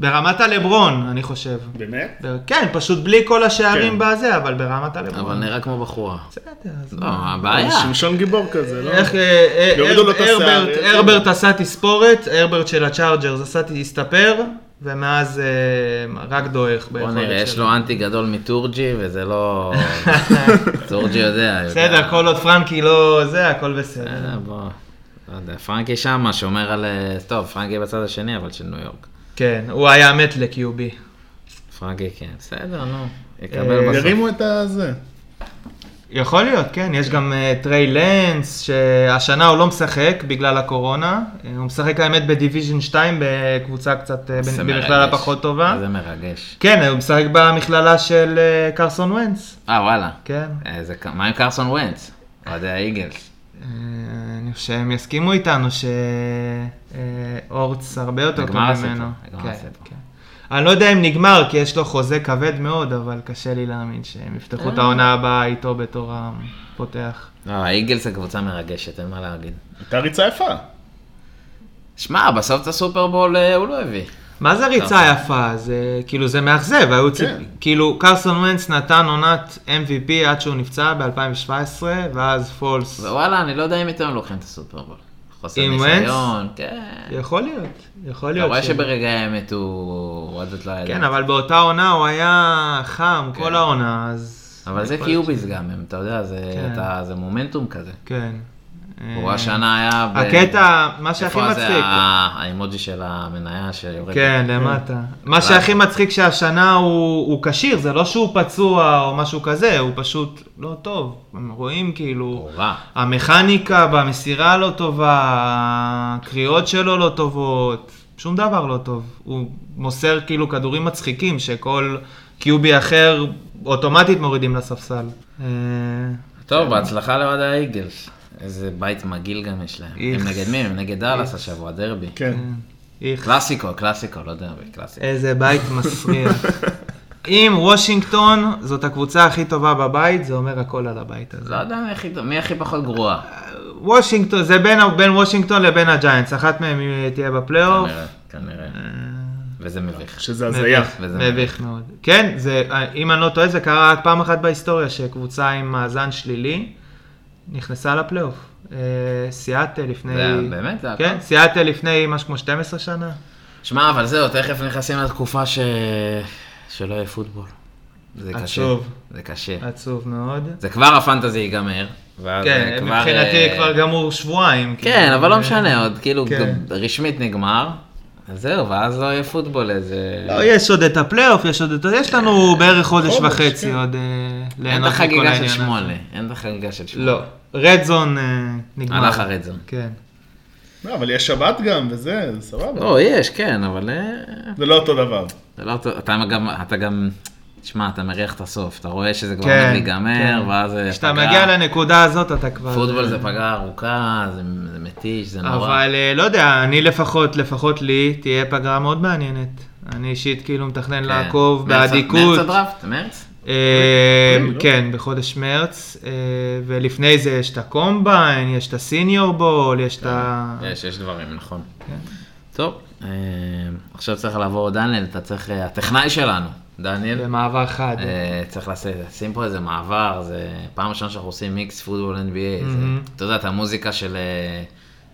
B: ברמת הלברון, אני חושב.
D: באמת?
B: ב- כן, פשוט בלי כל השערים
D: כן.
B: בזה, אבל ברמת הלברון.
A: אבל נראה כמו בחורה.
B: בסדר, אז
A: לא,
B: מה.
A: הבעיה.
D: שמשון גיבור כזה, לא?
B: איך אה, אה,
D: יורידו לו את
B: הרברט-
D: השיער,
B: הרברט-
D: אה,
B: הרברט עשה תספורת, הרברט של הצ'ארג'רס עשה, הסתפר, ומאז אה, רק דועך.
A: בוא
B: ביכולת
A: נראה, יש
B: שלו.
A: לו אנטי גדול מטורג'י, וזה
B: (laughs)
A: לא... טורג'י יודע. יודע.
B: בסדר, כל עוד פרנקי לא זה, הכל בסדר.
A: אה, בוא. לא יודע, פרנקי שמה, שומר על... אה, טוב, פרנקי בצד השני, אבל של ניו יורק.
B: כן, הוא היה מת לקיובי.
A: פרנקי כן. בסדר, נו.
B: אה,
A: יקבל בסוף.
D: ירימו את הזה.
B: יכול להיות, כן, יש גם אה, טריי לנס, שהשנה הוא לא משחק בגלל הקורונה, אה, הוא משחק האמת בדיוויז'ן 2 בקבוצה קצת, אה,
A: זה
B: בנ-
A: מרגש. אה,
B: במכללה פחות טובה.
A: זה מרגש.
B: כן, הוא משחק במכללה של אה, קרסון ונץ,
A: אה, וואלה.
B: כן.
A: אה, זה ק- מה עם קרסון ונץ? אוהדי האיגלס.
B: אה, אני חושב שהם יסכימו איתנו שאורץ הרבה יותר טוב
A: נגמר הסיפור,
B: ממנו.
A: נגמר
B: כן,
A: הסיפור.
B: כן. אני לא יודע אם נגמר, כי יש לו חוזה כבד מאוד, אבל קשה לי להאמין שהם
A: אה.
B: יפתחו את העונה הבאה איתו בתור הפותח.
A: לא, האיגלס זה קבוצה מרגשת, אין מה להגיד.
D: הייתה ריצה יפה.
A: שמע, בסוף את הסופרבול אה, הוא לא הביא.
B: מה זה
A: נכון.
B: ריצה יפה? זה כאילו זה מאכזב, היו ציפ...
D: כן.
B: כאילו קרסון ונץ נתן עונת MVP עד שהוא נפצע ב-2017, ואז פולס.
A: ווואלה, אני לא יודע אם איתם לוקחים את הסופרבול. חוסר
B: עם
A: ניסיון, כן.
B: יכול להיות, יכול
A: אתה
B: להיות.
A: רואה
B: ש-
A: שברגעי האמת הוא הוא עד עוד לא היה...
B: כן, אבל באותה עונה הוא היה חם
A: כן.
B: כל העונה, אז...
A: אבל זה
B: יכול להיות
A: קיוביס גם, הם, אתה יודע, זה-
B: כן.
A: אתה- זה מומנטום כזה.
B: ש- כן.
A: הוא
B: אה,
A: השנה היה... ב-
B: הקטע, מה שהכי
A: איפה זה
B: מצחיק.
A: ה- האימוג'י של המניה שיורד?
B: כן, למטה. מה שהכי מצחיק שהשנה הוא הוא כשיר, זה לא שהוא פצוע או משהו כזה, הוא פשוט לא טוב. הם רואים כאילו...
A: הוא רע.
B: המכניקה במסירה לא טובה, הקריאות שלו לא טובות, שום דבר לא טוב. הוא מוסר כאילו כדורים מצחיקים שכל קיובי אחר אוטומטית מורידים לספסל. אה, כן.
A: טוב, בהצלחה לאוהדי האיגלס. איזה בית מגעיל גם יש להם.
B: איכס.
A: הם נגד מי? הם נגד דאלאס השבוע, דרבי.
D: כן.
B: אה, איך,
A: קלאסיקו, קלאסיקו, לא דרבי, קלאסיקו.
B: איזה בית מסריח. אם וושינגטון זאת הקבוצה הכי טובה בבית, זה אומר הכל על הבית הזה.
A: לא יודע מי הכי טוב- מי הכי פחות גרועה.
B: וושינגטון, זה בין, ה- בין וושינגטון לבין הג'יינטס, אחת מהם היא תהיה בפלייאוף. אה,
A: כנראה, כנראה. וזה מביך.
D: שזה הזיה.
A: וזה
B: מביך מאוד. כן, זה, אם אני לא טועה, זה קרה רק פעם אחת בהיסטוריה, שקבוצה עם מאזן שלילי נכנסה לפלייאוף. אה, סיאטל לפני...
A: זה היה- באמת? זה היה
B: כן,
A: פעם?
B: סיאטל לפני משהו כמו 12 שנה.
A: שמע, אבל זהו, תכף נכנסים לתקופה ש... שלא יהיה פוטבול. זה קשה.
B: עצוב.
A: זה קשה.
B: עצוב מאוד.
A: זה כבר הפנטזי ייגמר. ואז
B: כן,
A: זה כבר,
B: מבחינתי
A: אה,
B: כבר גמור שבועיים.
A: כן,
B: כאילו.
A: אבל לא משנה, עוד כאילו
B: כן.
A: גם רשמית נגמר. אז זהו, ואז לא יהיה פוטבול איזה...
B: לא, יש עוד את הפלייאוף, יש עוד את... יש לנו בערך חודש
D: חודש,
B: וחצי
D: כן.
B: עוד אה,
A: אין את
B: ליהנות מכל העניין.
A: החגיגה של
B: הזה.
A: שמונה. אין את החגיגה של שמונה.
B: לא. רדזון נגמר.
A: הלך הרדזון.
B: כן.
D: לא, אבל יש שבת גם, וזה, זה סבבה.
A: לא, יש, כן, אבל... אה,
D: זה לא אותו דבר.
A: זה לא אותו... אתה גם... אתה גם... תשמע, אתה מריח את הסוף. אתה רואה שזה כבר
B: כן,
A: עומד להיגמר,
B: כן.
A: ואז... אה,
B: כשאתה
A: פגרה.
B: מגיע לנקודה הזאת אתה כבר... אה,
A: פוטבול זה פגרה ארוכה, זה זה מתיש, זה נורא.
B: אבל אה, לא יודע, אני לפחות, לפחות לי, תהיה פגרה מאוד מעניינת. אני אישית כאילו מתכנן
A: כן.
B: לעקוב
A: מרץ-
B: באדיקות.
A: מרץ הדראפט? מרץ?
B: אה,
D: אפריל, לא?
B: כן, בחודש מרץ. אה, ולפני זה יש את הקומביין, יש את הסיניור בול, יש
A: כן.
B: את ה...
A: יש, יש דברים, נכון.
B: כן.
A: טוב, אה, עכשיו צריך לעבור דניאל, אתה צריך... אה, הטכנאי שלנו, דניאל.
B: במעבר חד.
A: כן. אה, צריך לעשות, שים פה איזה מעבר, זה פעם ראשונה שאנחנו עושים מיקס פוטבול NBA, זה-
B: מהמם.
A: אתה יודע, את המוזיקה של, אה,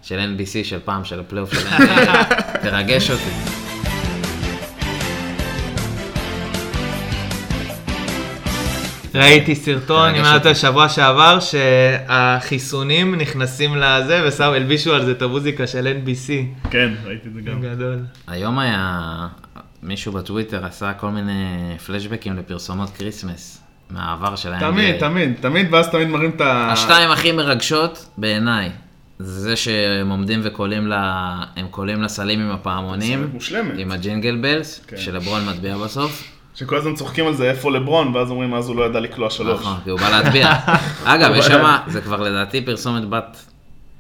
A: של NBC של פעם, של הפלייאוף
B: (laughs)
A: של NBA, תרגש אותי. לפני.
B: ראיתי סרטון,
A: כן, מרגש
B: אם אני לא
A: אותי.
B: טועה, שבוע שעבר, שהחיסונים נכנסים לזה, ושם, הלבישו על זה את המוזיקה של NBC.
D: כן, ראיתי את זה גם.
A: אוקיי.
B: גדול.
A: היום היה, מישהו בטוויטר עשה כל מיני פלשבקים לפרסומות כריסמס, מהעבר של ה-NBA.
D: תמיד, תמיד, תמיד, ואז תמיד מראים את ה...
A: השתיים הכי מרגשות בעיניי, זה שהם עומדים וקולים ל... הם קולים לסלים עם הפעמונים,
D: פרסומת מושלמת.
A: עם הג'ינגל בלס,
D: כן.
A: שלברון מטביע בסוף,
D: שכל הזמן צוחקים על זה, איפה לברון, ואז אומרים, אז הוא לא ידע לקלוע שלוש.
A: נכון, כי הוא בא
D: (laughs)
A: להטביע. אגב, יש שמה, זה כבר לדעתי פרסומת בת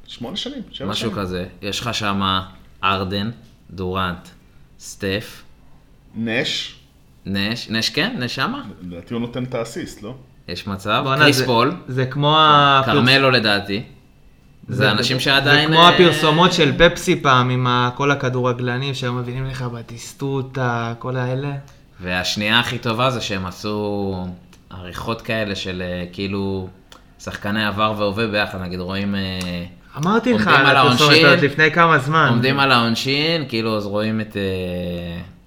D: שמונה שנים, שבע
A: משהו
D: שנים.
A: כזה, יש לך שמה ארדן, דורנט, סטף,
D: נש,
A: נש, נש כן, נש שמה?
D: לדעתי הוא נותן את האסיסט, לא?
A: יש מצב,
B: בואנה,
A: קריס
B: זה-
A: פול,
B: זה כמו הפרס-
A: כרמלו לדעתי, זה אנשים שעדיין...
B: זה כמו
A: אה,
B: הפרסומות של פפסי פעם, עם ה- כל הכדורגלנים שהיו מבינים לך בטיסטוטה, כל האלה.
A: והשנייה הכי טובה זה שהם עשו עריכות כאלה של אה, כאילו שחקני עבר והווה ביחד, נגיד רואים... אה,
B: אמרתי לך
A: עומדים על
B: על הפרסומת
A: העונשין.
B: הזאת לפני כמה זמן.
A: עומדים על העונשין, כאילו אז רואים את... אה,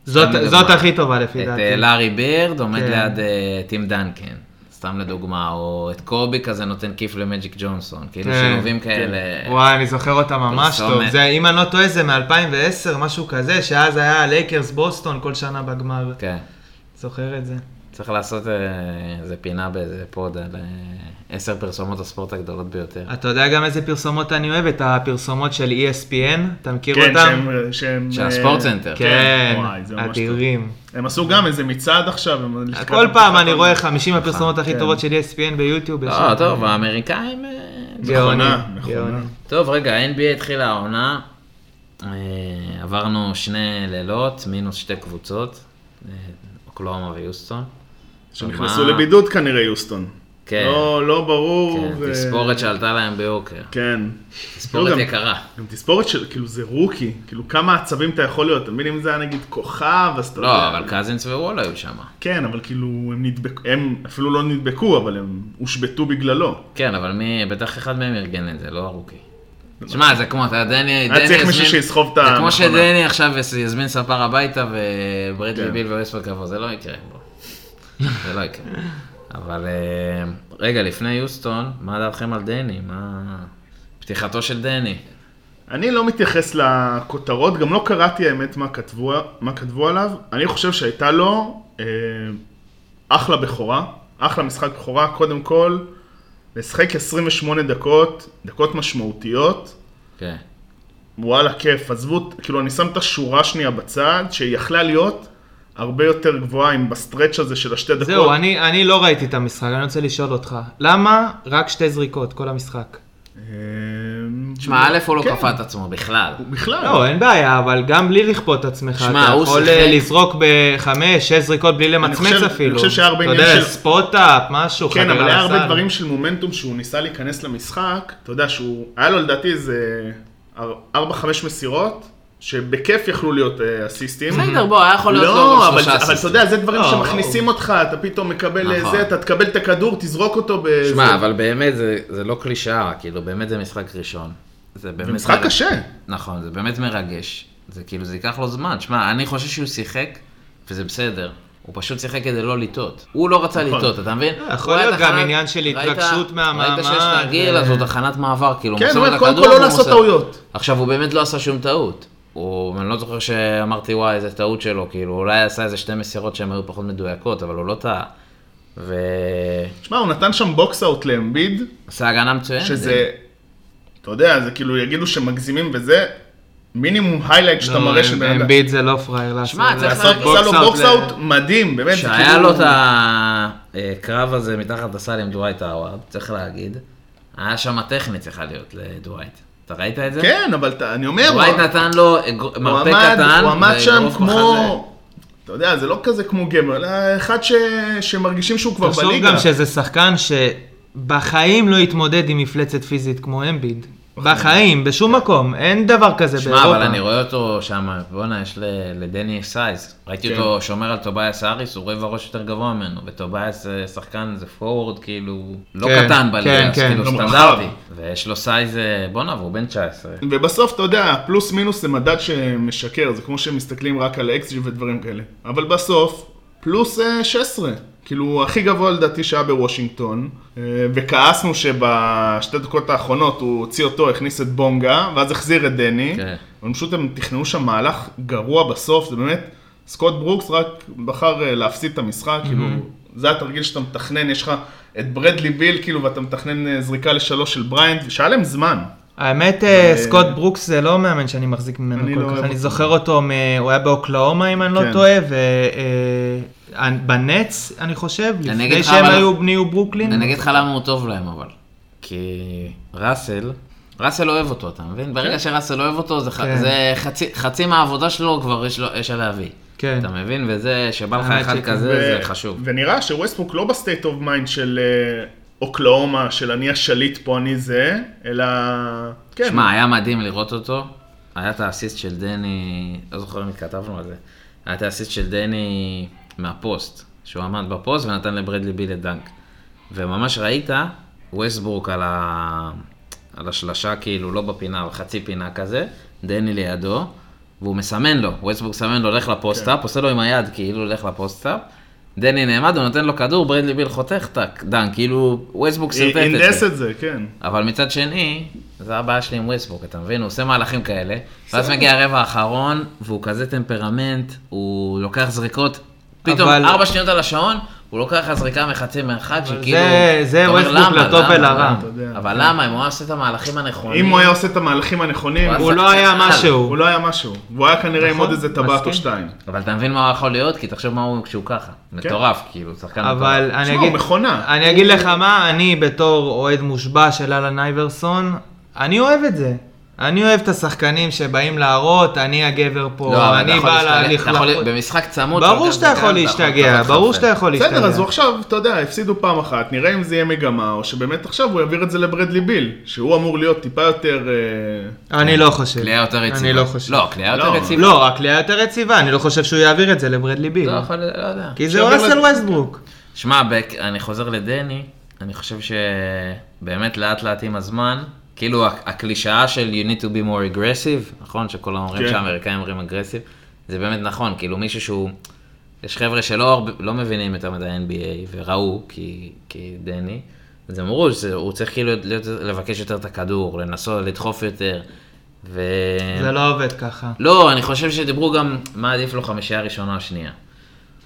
B: זאת-
A: סתם
B: זאת
A: לדוגמה,
B: הכי טובה לפי
A: את
B: דעתי.
A: אה, לארי בירד עומד
B: כן.
A: ליד אה, טים דנקן, סתם לדוגמה, או את קובי כזה נותן כיף למג'יק ג'ונסון, כאילו
B: כן,
A: שילובים כאלה.
B: וואי, אני זוכר אותה ממש
A: אה, פרסומת.
B: טוב. זה, אם אני לא טועה, זה מ-2010, משהו כזה, שאז היה לייקרס בוסטון כל שנה בגמר.
A: כן.
B: זוכר את זה.
A: צריך לעשות אה, איזה פינה באיזה פוד על אה, עשר פרסומות הספורט הגדולות ביותר.
B: אתה יודע גם איזה פרסומות אני אוהב? את הפרסומות של E ESPN? אתה מכיר
D: כן,
B: אותם?
D: שהם... שהם,
A: של
D: אה,
A: הספורט סנטר.
B: כן,
D: וואי, זה ממש
B: אדירים.
D: טוב. הם עשו גם איזה מצעד עכשיו. הם-
B: כל
D: לקראת
B: פעם
D: הפתיחה.
B: אני רואה 50 הפרסומות הכי
D: כן.
B: טובות של E ESPN ביוטיוב.
A: לא,
B: ישר.
A: טוב, האמריקאים... אה,
B: גאונים,
D: מכונה, מכונה.
B: גאונים.
A: טוב, רגע, NBA התחילה העונה, אה, עברנו שני לילות, מינוס שתי קבוצות, אה, אוקלאומה ויוסטון.
D: שנכנסו
A: מה?
D: לבידוד כנראה יוסטון.
A: כן.
D: לא, לא ברור.
A: כן,
D: ו-
A: תספורת שעלתה להם ביוקר,
D: כן.
A: תספורת
D: גם-
A: יקרה.
D: גם תספורת של, כאילו זה רוקי, כאילו כמה עצבים אתה יכול להיות, אתה מבין אם זה היה נגיד כוכב, אז אתה
A: לא,
D: יודע.
A: אבל קזינס ווול היו שם.
D: כן, אבל כאילו הם נדבקו, הם אפילו לא נדבקו, אבל הם הושבתו בגללו.
A: כן, אבל מי, בטח אחד מהם ארגן את זה, לא ארוכי. שמע, זה כמו, אתה יודע, דני,
D: היה
A: דני
D: צריך מישהו שיסחוב את
A: זה כמו
D: המכונה.
A: שדני עכשיו יס- יזמין ספר הביתה וברדלי
D: כן.
A: ביל וויספורד יבוא, זה לא יקרה. בוא. זה לא יקרה. אבל אה, רגע, לפני יוסטון, מה דעתכם על דני? מה... פתיחתו של דני.
D: אני לא מתייחס לכותרות, גם לא קראתי האמת מה כתבו, מה כתבו עליו. אני חושב שהייתה לו אה, אחלה בכורה, אחלה משחק בכורה, קודם כל, לשחק 28 דקות, דקות משמעותיות.
A: כן.
D: וואלה, כיף, עזבו, כאילו אני שם את השורה שנייה בצד, שהיא יכלה להיות הרבה יותר גבוהה עם בסטרץ' הזה של השתי דקות.
B: זהו, אני אני לא ראיתי את המשחק, אני רוצה לשאול אותך. למה רק שתי זריקות כל המשחק?
D: אה,
A: שמע, א' הוא לא
D: כן,
A: כפה את עצמו בכלל.
D: הוא בכלל.
B: לא, אין בעיה, אבל גם בלי לכפות את עצמך,
A: שמע,
B: אתה
A: הוא
B: יכול
A: שיחק-
B: אה, לזרוק בחמש, שש זריקות בלי למצמץ
D: חושב-
B: אפילו.
D: אני חושב שהיה הרבה
B: אתה
D: עניין
B: יודע,
D: של-
B: ספוט-אפ, משהו,
D: כן,
B: חדירה
D: אבל היה הרבה
B: לסל.
D: דברים של מומנטום שהוא ניסה להיכנס למשחק, אתה יודע שהוא, היה לו לדעתי איזה 4-5 מסירות, שבכיף יכלו להיות אה, אסיסטים.
A: בסדר, בוא, היה יכול להיות לו
D: לא,
A: גם
D: אבל
A: שלושה
D: אבל אתה
A: אסיסטים.
D: יודע, זה דברים
B: לא,
D: שמכניסים אותך, אתה פתאום מקבל אה,
A: נכון.
D: זה, אתה תקבל את הכדור, תזרוק אותו באיזה...
A: שמע, אבל באמת, זה- זה לא קלישאה, כאילו, באמת זה משחק ראשון. זה באמת...
D: זה משחק
A: מרגש.
D: קשה.
A: נכון, זה באמת מרגש. זה כאילו, זה ייקח לו זמן. שמע, אני חושב שהוא שיחק, וזה בסדר. הוא פשוט שיחק כדי לא לטעות. הוא לא רצה
D: נכון.
A: לטעות, אתה מבין?
B: יכול
A: הוא היה
B: להיות גם
A: תחנת-
B: עניין של
A: ראית-
B: התרגשות מהמעמד,
A: ראית שיש תרגיל,
B: ו-
A: אז הוא תחנת מעבר, כאילו, הוא
D: אה, כן,
A: מוסר
D: הוא
A: את
D: אומר, קודם
A: הכדור,
D: כל לא
A: והוא
D: לעשות
A: מוסר.
D: טעויות.
A: עכשיו, הוא באמת לא עשה שום טעות. הוא, אני לא זוכר שאמרתי, וואי, איזה טעות שלו, כאילו, אולי עשה איזה שתי מסירות שהן היו פחות מדויקות, אבל הוא לא טעה. ועשה
D: שמע, הוא נתן שם בוקסאוט לאמביד,
A: הגנה מצוינת.
D: שזה, אתה יודע, זה כאילו יגידו שמגזימים וזה, מינימום היילייט שאתה
B: לא,
D: מראה של בן אדם.
B: אמביד זה לא פראייר לעשות.
A: שמע, צריך
B: לעשות
D: לעשות, עשה לו
B: בוקסאוט
D: בוקסאוט
B: ל-
D: מדהים, באמת. זה
A: שהיה
D: כאילו-
A: לו את הקרב הזה מתחת לסל עם דווייט האווארד, צריך להגיד, היה שם טכנית צריכה להיות לדווייט. אתה ראית את זה?
D: כן, אבל אתה- אני אומר,
A: דווייט
D: הוא-
A: נתן לו אגר-
D: הוא
A: מרפא
D: עמד-
A: קטן, לא
D: הוא עמד שם
A: ואגרוף בחזה.
D: כמו, אתה יודע, זה לא כזה כמו גמר, אלא אחד ש- שמרגישים שהוא כבר
B: תחשוב
D: בליגה.
B: גם שזה שחקן שבחיים לא יתמודד עם מפלצת פיזית כמו אמביד.
D: אוקיי.
B: בחיים,
D: כן.
B: בשום מקום, אין דבר כזה באירופה.
A: שמע, אבל אני רואה אותו שם, בואנה, יש ל- לדני סייז. ראיתי
D: כן.
A: אותו שומר על טובייס האריס, הוא רבע ראש יותר גבוה ממנו, וטובייס אה, שחקן זה פורוורד, כאילו, לא
B: כן,
A: קטן
B: כן,
A: בליגה, אז
B: כן.
A: כאילו
D: גם
A: סטנדרטי.
D: רחב.
A: ויש לו סייז, אה, בואנה, והוא בן 19.
D: ובסוף, אתה יודע, פלוס מינוס זה מדד שמשקר, זה כמו שמסתכלים רק על אקסג'י ודברים כאלה. אבל בסוף, פלוס אה, 16. כאילו, הכי גבוה לדעתי שהיה בוושינגטון, אה, וכעסנו שבשתי דקות האחרונות הוא הוציא אותו, הכניס את בונגה, ואז החזיר את דני.
A: כן.
D: אבל פשוט הם תכננו שם מהלך גרוע בסוף, זה באמת, סקוט ברוקס רק בחר אה, להפסיד את המשחק, כאילו, זה התרגיל שאתה מתכנן, יש לך את ברדלי ביל, כאילו, ואתה מתכנן אה, זריקה לשלוש של בריינד, שהיה להם זמן.
B: האמת, אה,
D: ו-
B: סקוט ברוקס זה לא מאמן שאני מחזיק
D: אני
B: ממנו
D: לא
B: כל כך,
D: אוהב
B: אני
D: אותו.
B: זוכר אותו, מ- הוא היה באוקלאומה אם אני לא
D: כן.
B: טועה, ובנץ, אני חושב,
A: אני אגיד
B: לפני
A: לך,
B: שהם
A: אבל-
B: היו בניו ברוקלין.
A: אני אגיד לך למה הוא טוב להם אבל. כי ראסל, ראסל אוהב אותו, אתה מבין? ברגע שראסל אוהב אותו, זה ח-
B: כן.
A: זה חצי- חצי מהעבודה שלו כבר יש לו- יש עליה להביא.
B: כן. אה,
A: אתה מבין? וזה, שבא לך
B: האמת
A: אחד
B: שכן.
A: כזה,
D: ו-
A: זה חשוב.
D: ונראה שווסטבוק לא בסטייט אוף מיינד של אה, אוקלאומה, של אני השליט פה, אני זה, אלא... כן.
A: שמע, היה מדהים לראות אותו. היה את האסיסט של דני, לא זוכר אם התכתבנו על זה. היה את האסיסט של דני מהפוסט, שהוא עמד בפוסט ונתן לברדלי ביל את דנק. וממש ראית, ווסטבורק על, ה... על השלשה, כאילו, לא בפינה, אבל חצי פינה כזה, דני לידו, והוא מסמן לו, ווסטבורק מסמן לו, לך לפוסט-אפ, עושה לו עם היד, כאילו, לך לפוסט-אפ. דני נעמד, הוא נותן לו כדור, ברדלי ביל חותך, טק, דנק, כאילו, ווסטבורק סרטט את זה.
D: אה, הנדס את זה, כן.
A: אבל מצד שני, זו הבעיה שלי עם וייסבורק, אתה מבין? הוא עושה מהלכים כאלה, ואז מגיע הרבע האחרון, והוא כזה טמפרמנט, הוא לוקח זריקות, פתאום
B: אבל-
A: ארבע שניות על השעון, הוא לוקח לך זריקה מחצי מרחק, שכאילו...
B: זה- זה
A: אתה אומר,
B: וייסבורק
A: למה?
B: לטוב
A: למה?
B: ולרע. כן.
A: למה?
D: אתה יודע.
A: אבל למה? אם הוא היה עושה את המהלכים הנכונים...
D: אם הוא היה עושה את המהלכים הנכונים,
A: הוא
D: הוא-
B: הוא לא היה
A: קצת
B: משהו.
D: הוא לא היה משהו. הוא היה כנראה עם
B: נכון,
D: עוד איזה טבעת
B: מסכים.
A: כן.
D: או שתיים.
A: אבל אתה מבין מה הוא יכול להיות? כי תחשוב מה הוא כשהוא ככה.
D: כן.
A: מטורף, כאילו, שחקן מטורף.
B: אבל אני
D: תשמע,
B: אגיד,
D: הוא מכונה.
B: אני אגיד לך מה, אני בתור אוהד מושבע של אלן אייברסון, אני אוהב את זה. אני אוהב את השחקנים שבאים להראות, אני הגבר פה,
A: לא, אבל אתה
B: אני
A: יכול
B: בא
A: להשתגע- אתה יכול-
B: להחלפות.
A: במשחק צמוד... אתה
B: ברור
A: לוקח
B: שאתה
A: זריקה,
B: יכול להשתגע,
A: לקחת
B: ברור
A: חפש.
B: שאתה יכול להשתגע.
D: בסדר, אז הוא עכשיו, אתה יודע, הפסידו פעם אחת, נראה אם זה יהיה מגמה, או שבאמת עכשיו הוא יעביר את זה לברדלי ביל, שהוא אמור להיות טיפה יותר... אה,
B: אני לא חושב.
A: קליעה יותר יציבה.
B: אני לא חושב.
A: לא, קליעה יותר
D: לא.
A: יציבה.
B: לא, הקליעה יותר יציבה, אני לא חושב שהוא יעביר את זה לברדלי ביל.
A: לא יכול, לא יודע.
B: כי זה
D: שיעביר
B: ראסל
D: לד-
B: ווסטברוק.
A: שמע, בק- אני חוזר לדני, אני חושב שבאמת לאט לאט עם הזמן, כאילו הק- הקלישאה של you need to be more aggressive, נכון? שכל אומרים
D: כן.
A: שהאמריקאים אומרים אגרסיב, זה באמת נכון, כאילו מישהו שהוא, יש חבר'ה שלא הרבה- לא מבינים יותר מדי NBA, וראו, כי, כי דני, אז אמרו שהוא צריך כאילו להיות, לבקש יותר את הכדור, לנסות, לדחוף יותר, ו... כן.
B: זה לא עובד ככה.
A: לא, אני חושב שדיברו גם מה עדיף לו חמישייה ראשונה או שנייה.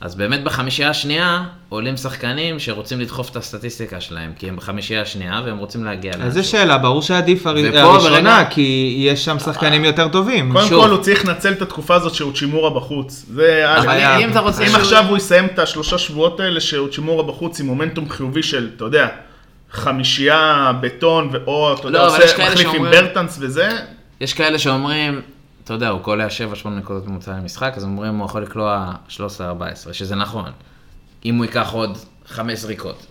A: אז באמת בחמישייה השנייה עולים שחקנים שרוצים לדחוף את הסטטיסטיקה שלהם, כי הם בחמישייה השנייה והם רוצים להגיע
B: אז זו
A: לאן.
B: שאלה, ברור שעדיף הר-
A: ופה
B: הראשונה,
A: ברגע- אה,
B: כי יש שם שחקנים יותר טובים.
D: קודם
A: שוב.
D: כל הוא צריך לנצל את התקופה הזאת שאוצ'ימורה בחוץ. זה א',
A: אבל
B: היה-
A: אם אתה רוצה
D: אם
A: שהוא-
D: עכשיו הוא יסיים את השלושה שבועות האלה שאוצ'ימורה בחוץ עם מומנטום חיובי של, אתה יודע, חמישייה, בטון, ואו, אתה יודע,
A: לא, אבל יש
D: עושה
A: כאלה
D: מחליף עם
A: שאומרים-
D: ברטנס וזה, יש
A: יש כאלה שאומרים, אתה יודע, הוא קולע 7-8 נקודות ממוצע למשחק, אז אומרים הוא יכול לקלוע 13-14, שזה נכון. אם הוא ייקח עוד 5 זריקות,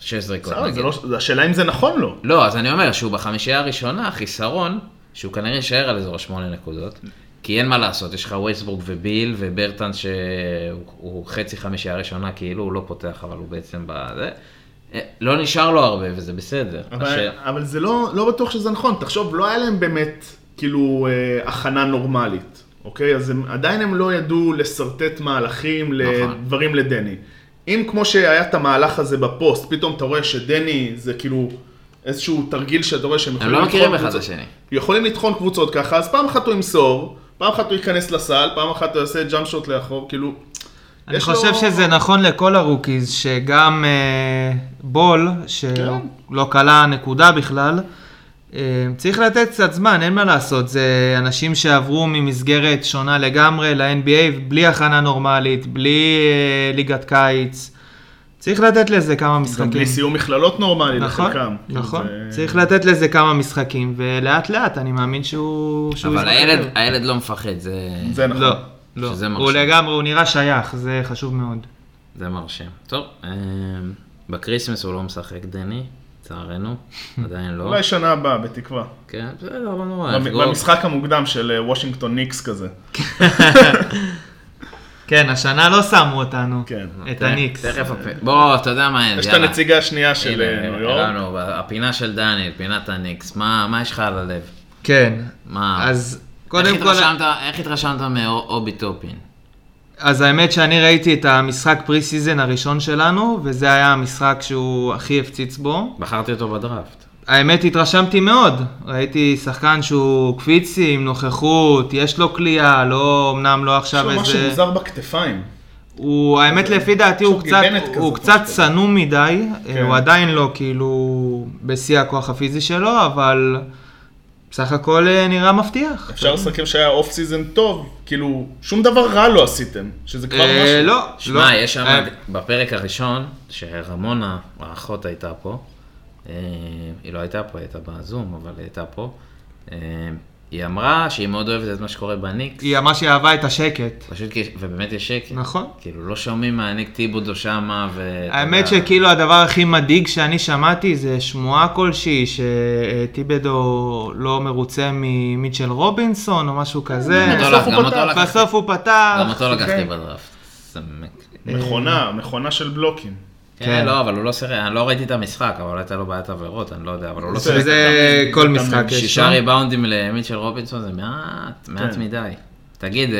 A: 6 זריקות
D: בסדר,
A: נגיד.
D: זה לא- זה השאלה אם זה נכון לו.
A: לא, אז אני אומר שהוא בחמישייה הראשונה, חיסרון, שהוא כנראה יישאר על אזור השמונה נקודות, כי אין מה לעשות, יש לך וייסבורג וביל וברטן שהוא הוא חצי חמישייה ראשונה, כאילו הוא לא פותח, אבל הוא בעצם בזה. אה, לא נשאר לו הרבה וזה בסדר.
D: אבל,
A: השאל-
D: אבל זה לא, לא בטוח שזה נכון, תחשוב, לא היה להם באמת, כאילו, אה, הכנה נורמלית, אוקיי? אז הם, עדיין הם לא ידעו לשרטט מהלכים,
A: נכון.
D: לדברים לדני. אם כמו שהיה את המהלך הזה בפוסט, פתאום אתה רואה שדני זה כאילו איזשהו תרגיל שאתה רואה שהם יכולים
A: לא מכירים
D: לטחון
A: אחד
D: קבוצות-
A: לשני.
D: יכולים לטחון קבוצות ככה, אז פעם אחת הוא ימסור, פעם אחת הוא ייכנס לסל, פעם אחת הוא יעשה ג'אמפ שוט לאחור, כאילו...
B: אני
D: יש
B: חושב
D: לו-
B: שזה נכון לכל הרוקיז, שגם אה, בול,
D: כן.
B: שלא קלה נקודה בכלל, אה, צריך לתת קצת זמן, אין מה לעשות. זה אנשים שעברו ממסגרת שונה לגמרי ל-NBA, בלי הכנה נורמלית, בלי אה, ליגת קיץ. צריך לתת לזה כמה
D: גם
B: משחקים.
D: בלי סיום מכללות נורמלי
B: נכון,
D: לחלקם.
B: נכון.
D: זה-
B: צריך לתת לזה כמה משחקים, ולאט לאט, אני מאמין שהוא... שהוא
A: אבל
B: יזרוק
A: הילד,
B: יותר.
A: הילד לא מפחד, זה,
D: זה נכון.
B: לא, לא.
A: שזה
B: הוא
A: מרשים.
B: לגמרי, הוא נראה שייך, זה חשוב מאוד.
A: זה מרשים. טוב, אה, בקריסמס הוא לא משחק, דני,
D: (laughs)
A: לצערנו, עדיין לא.
D: אולי שנה הבאה, בתקווה.
A: כן, בסדר, לא אה, נורא.
D: במ-
A: יחגוג.
D: במשחק המוקדם של אה, וושינגטון ניקס כזה.
B: כן, השנה לא שמו אותנו.
D: כן.
B: את הניקס.
A: תכף הפ- בוא, אתה יודע מה אין,
D: יש את
A: יאללה.
D: הנציגה השנייה של
A: הנה,
D: אה, ניו יורק.
A: הרענו, הפינה של דניאל, פינת הניקס, מה מה יש לך על הלב?
B: כן.
A: מה?
B: אז
A: אה. איך
B: קודם כל,
A: התרשמת- איך התרשמת מאובי טופין?
B: אז האמת שאני ראיתי את המשחק פרי סיזן הראשון שלנו, וזה היה המשחק שהוא הכי הפציץ בו.
A: בחרתי אותו בדראפט.
B: האמת, התרשמתי מאוד. ראיתי שחקן שהוא קפיצי, עם נוכחות, יש לו כליאה, לא, אמנם לא
D: יש
B: עכשיו
D: לו
B: איזה...
D: משהו מוזר בכתפיים.
B: הוא, האמת לפי דעתי
D: שהוא
B: הוא קצת,
D: גיבנת כזאת,
B: הוא קצת
D: משהו.
B: צנום מדי,
D: כן.
B: הוא עדיין לא כאילו בשיא הכוח הפיזי שלו, אבל בסך הכל אה, נראה מבטיח.
D: אפשר לסכם שהיה אוף סיזן טוב, כאילו, שום דבר רע לא עשיתם, שזה כבר
B: אה,
D: משהו.
B: לא, לא.
A: שמע, יש שם,
B: אה,
A: בפרק הראשון, שרמונה, האחות הייתה פה, אה, היא לא הייתה פה, היא הייתה בזום, אבל היא הייתה פה, אה, היא אמרה שהיא מאוד אוהבת את מה שקורה בניקס.
B: היא אמרה שהיא אהבה את השקט.
A: פשוט כי, ובאמת יש שקט.
B: נכון.
A: כאילו, לא שומעים מהניק טיבודו שמה, ו...
B: האמת
A: אתה יודע,
B: שכאילו הדבר הכי מדאיג שאני שמעתי זה שמועה כלשהי שטיבדו לא מרוצה ממיטשל רובינסון או משהו כזה.
A: גם אותו
D: בסוף
A: לקח-
D: הוא
A: גם אותו
D: פתח.
A: לקח-
B: בסוף הוא פתח.
A: גם אותו לקחתי
B: אוקיי.
A: בדראפט. סמק.
D: מכונה, מכונה של בלוקים.
A: כן, לא, אבל הוא לא סירק, אני לא ראיתי את המשחק, אבל הייתה לו בעיית עבירות, אני לא יודע, אבל הוא לא
D: בסדר.
A: סירק.
B: שזה כל משחק יש.
A: שישה
B: לו.
A: ריבאונדים למיטשל רובינסון זה מעט, מעט
D: כן.
A: מדי. תגיד,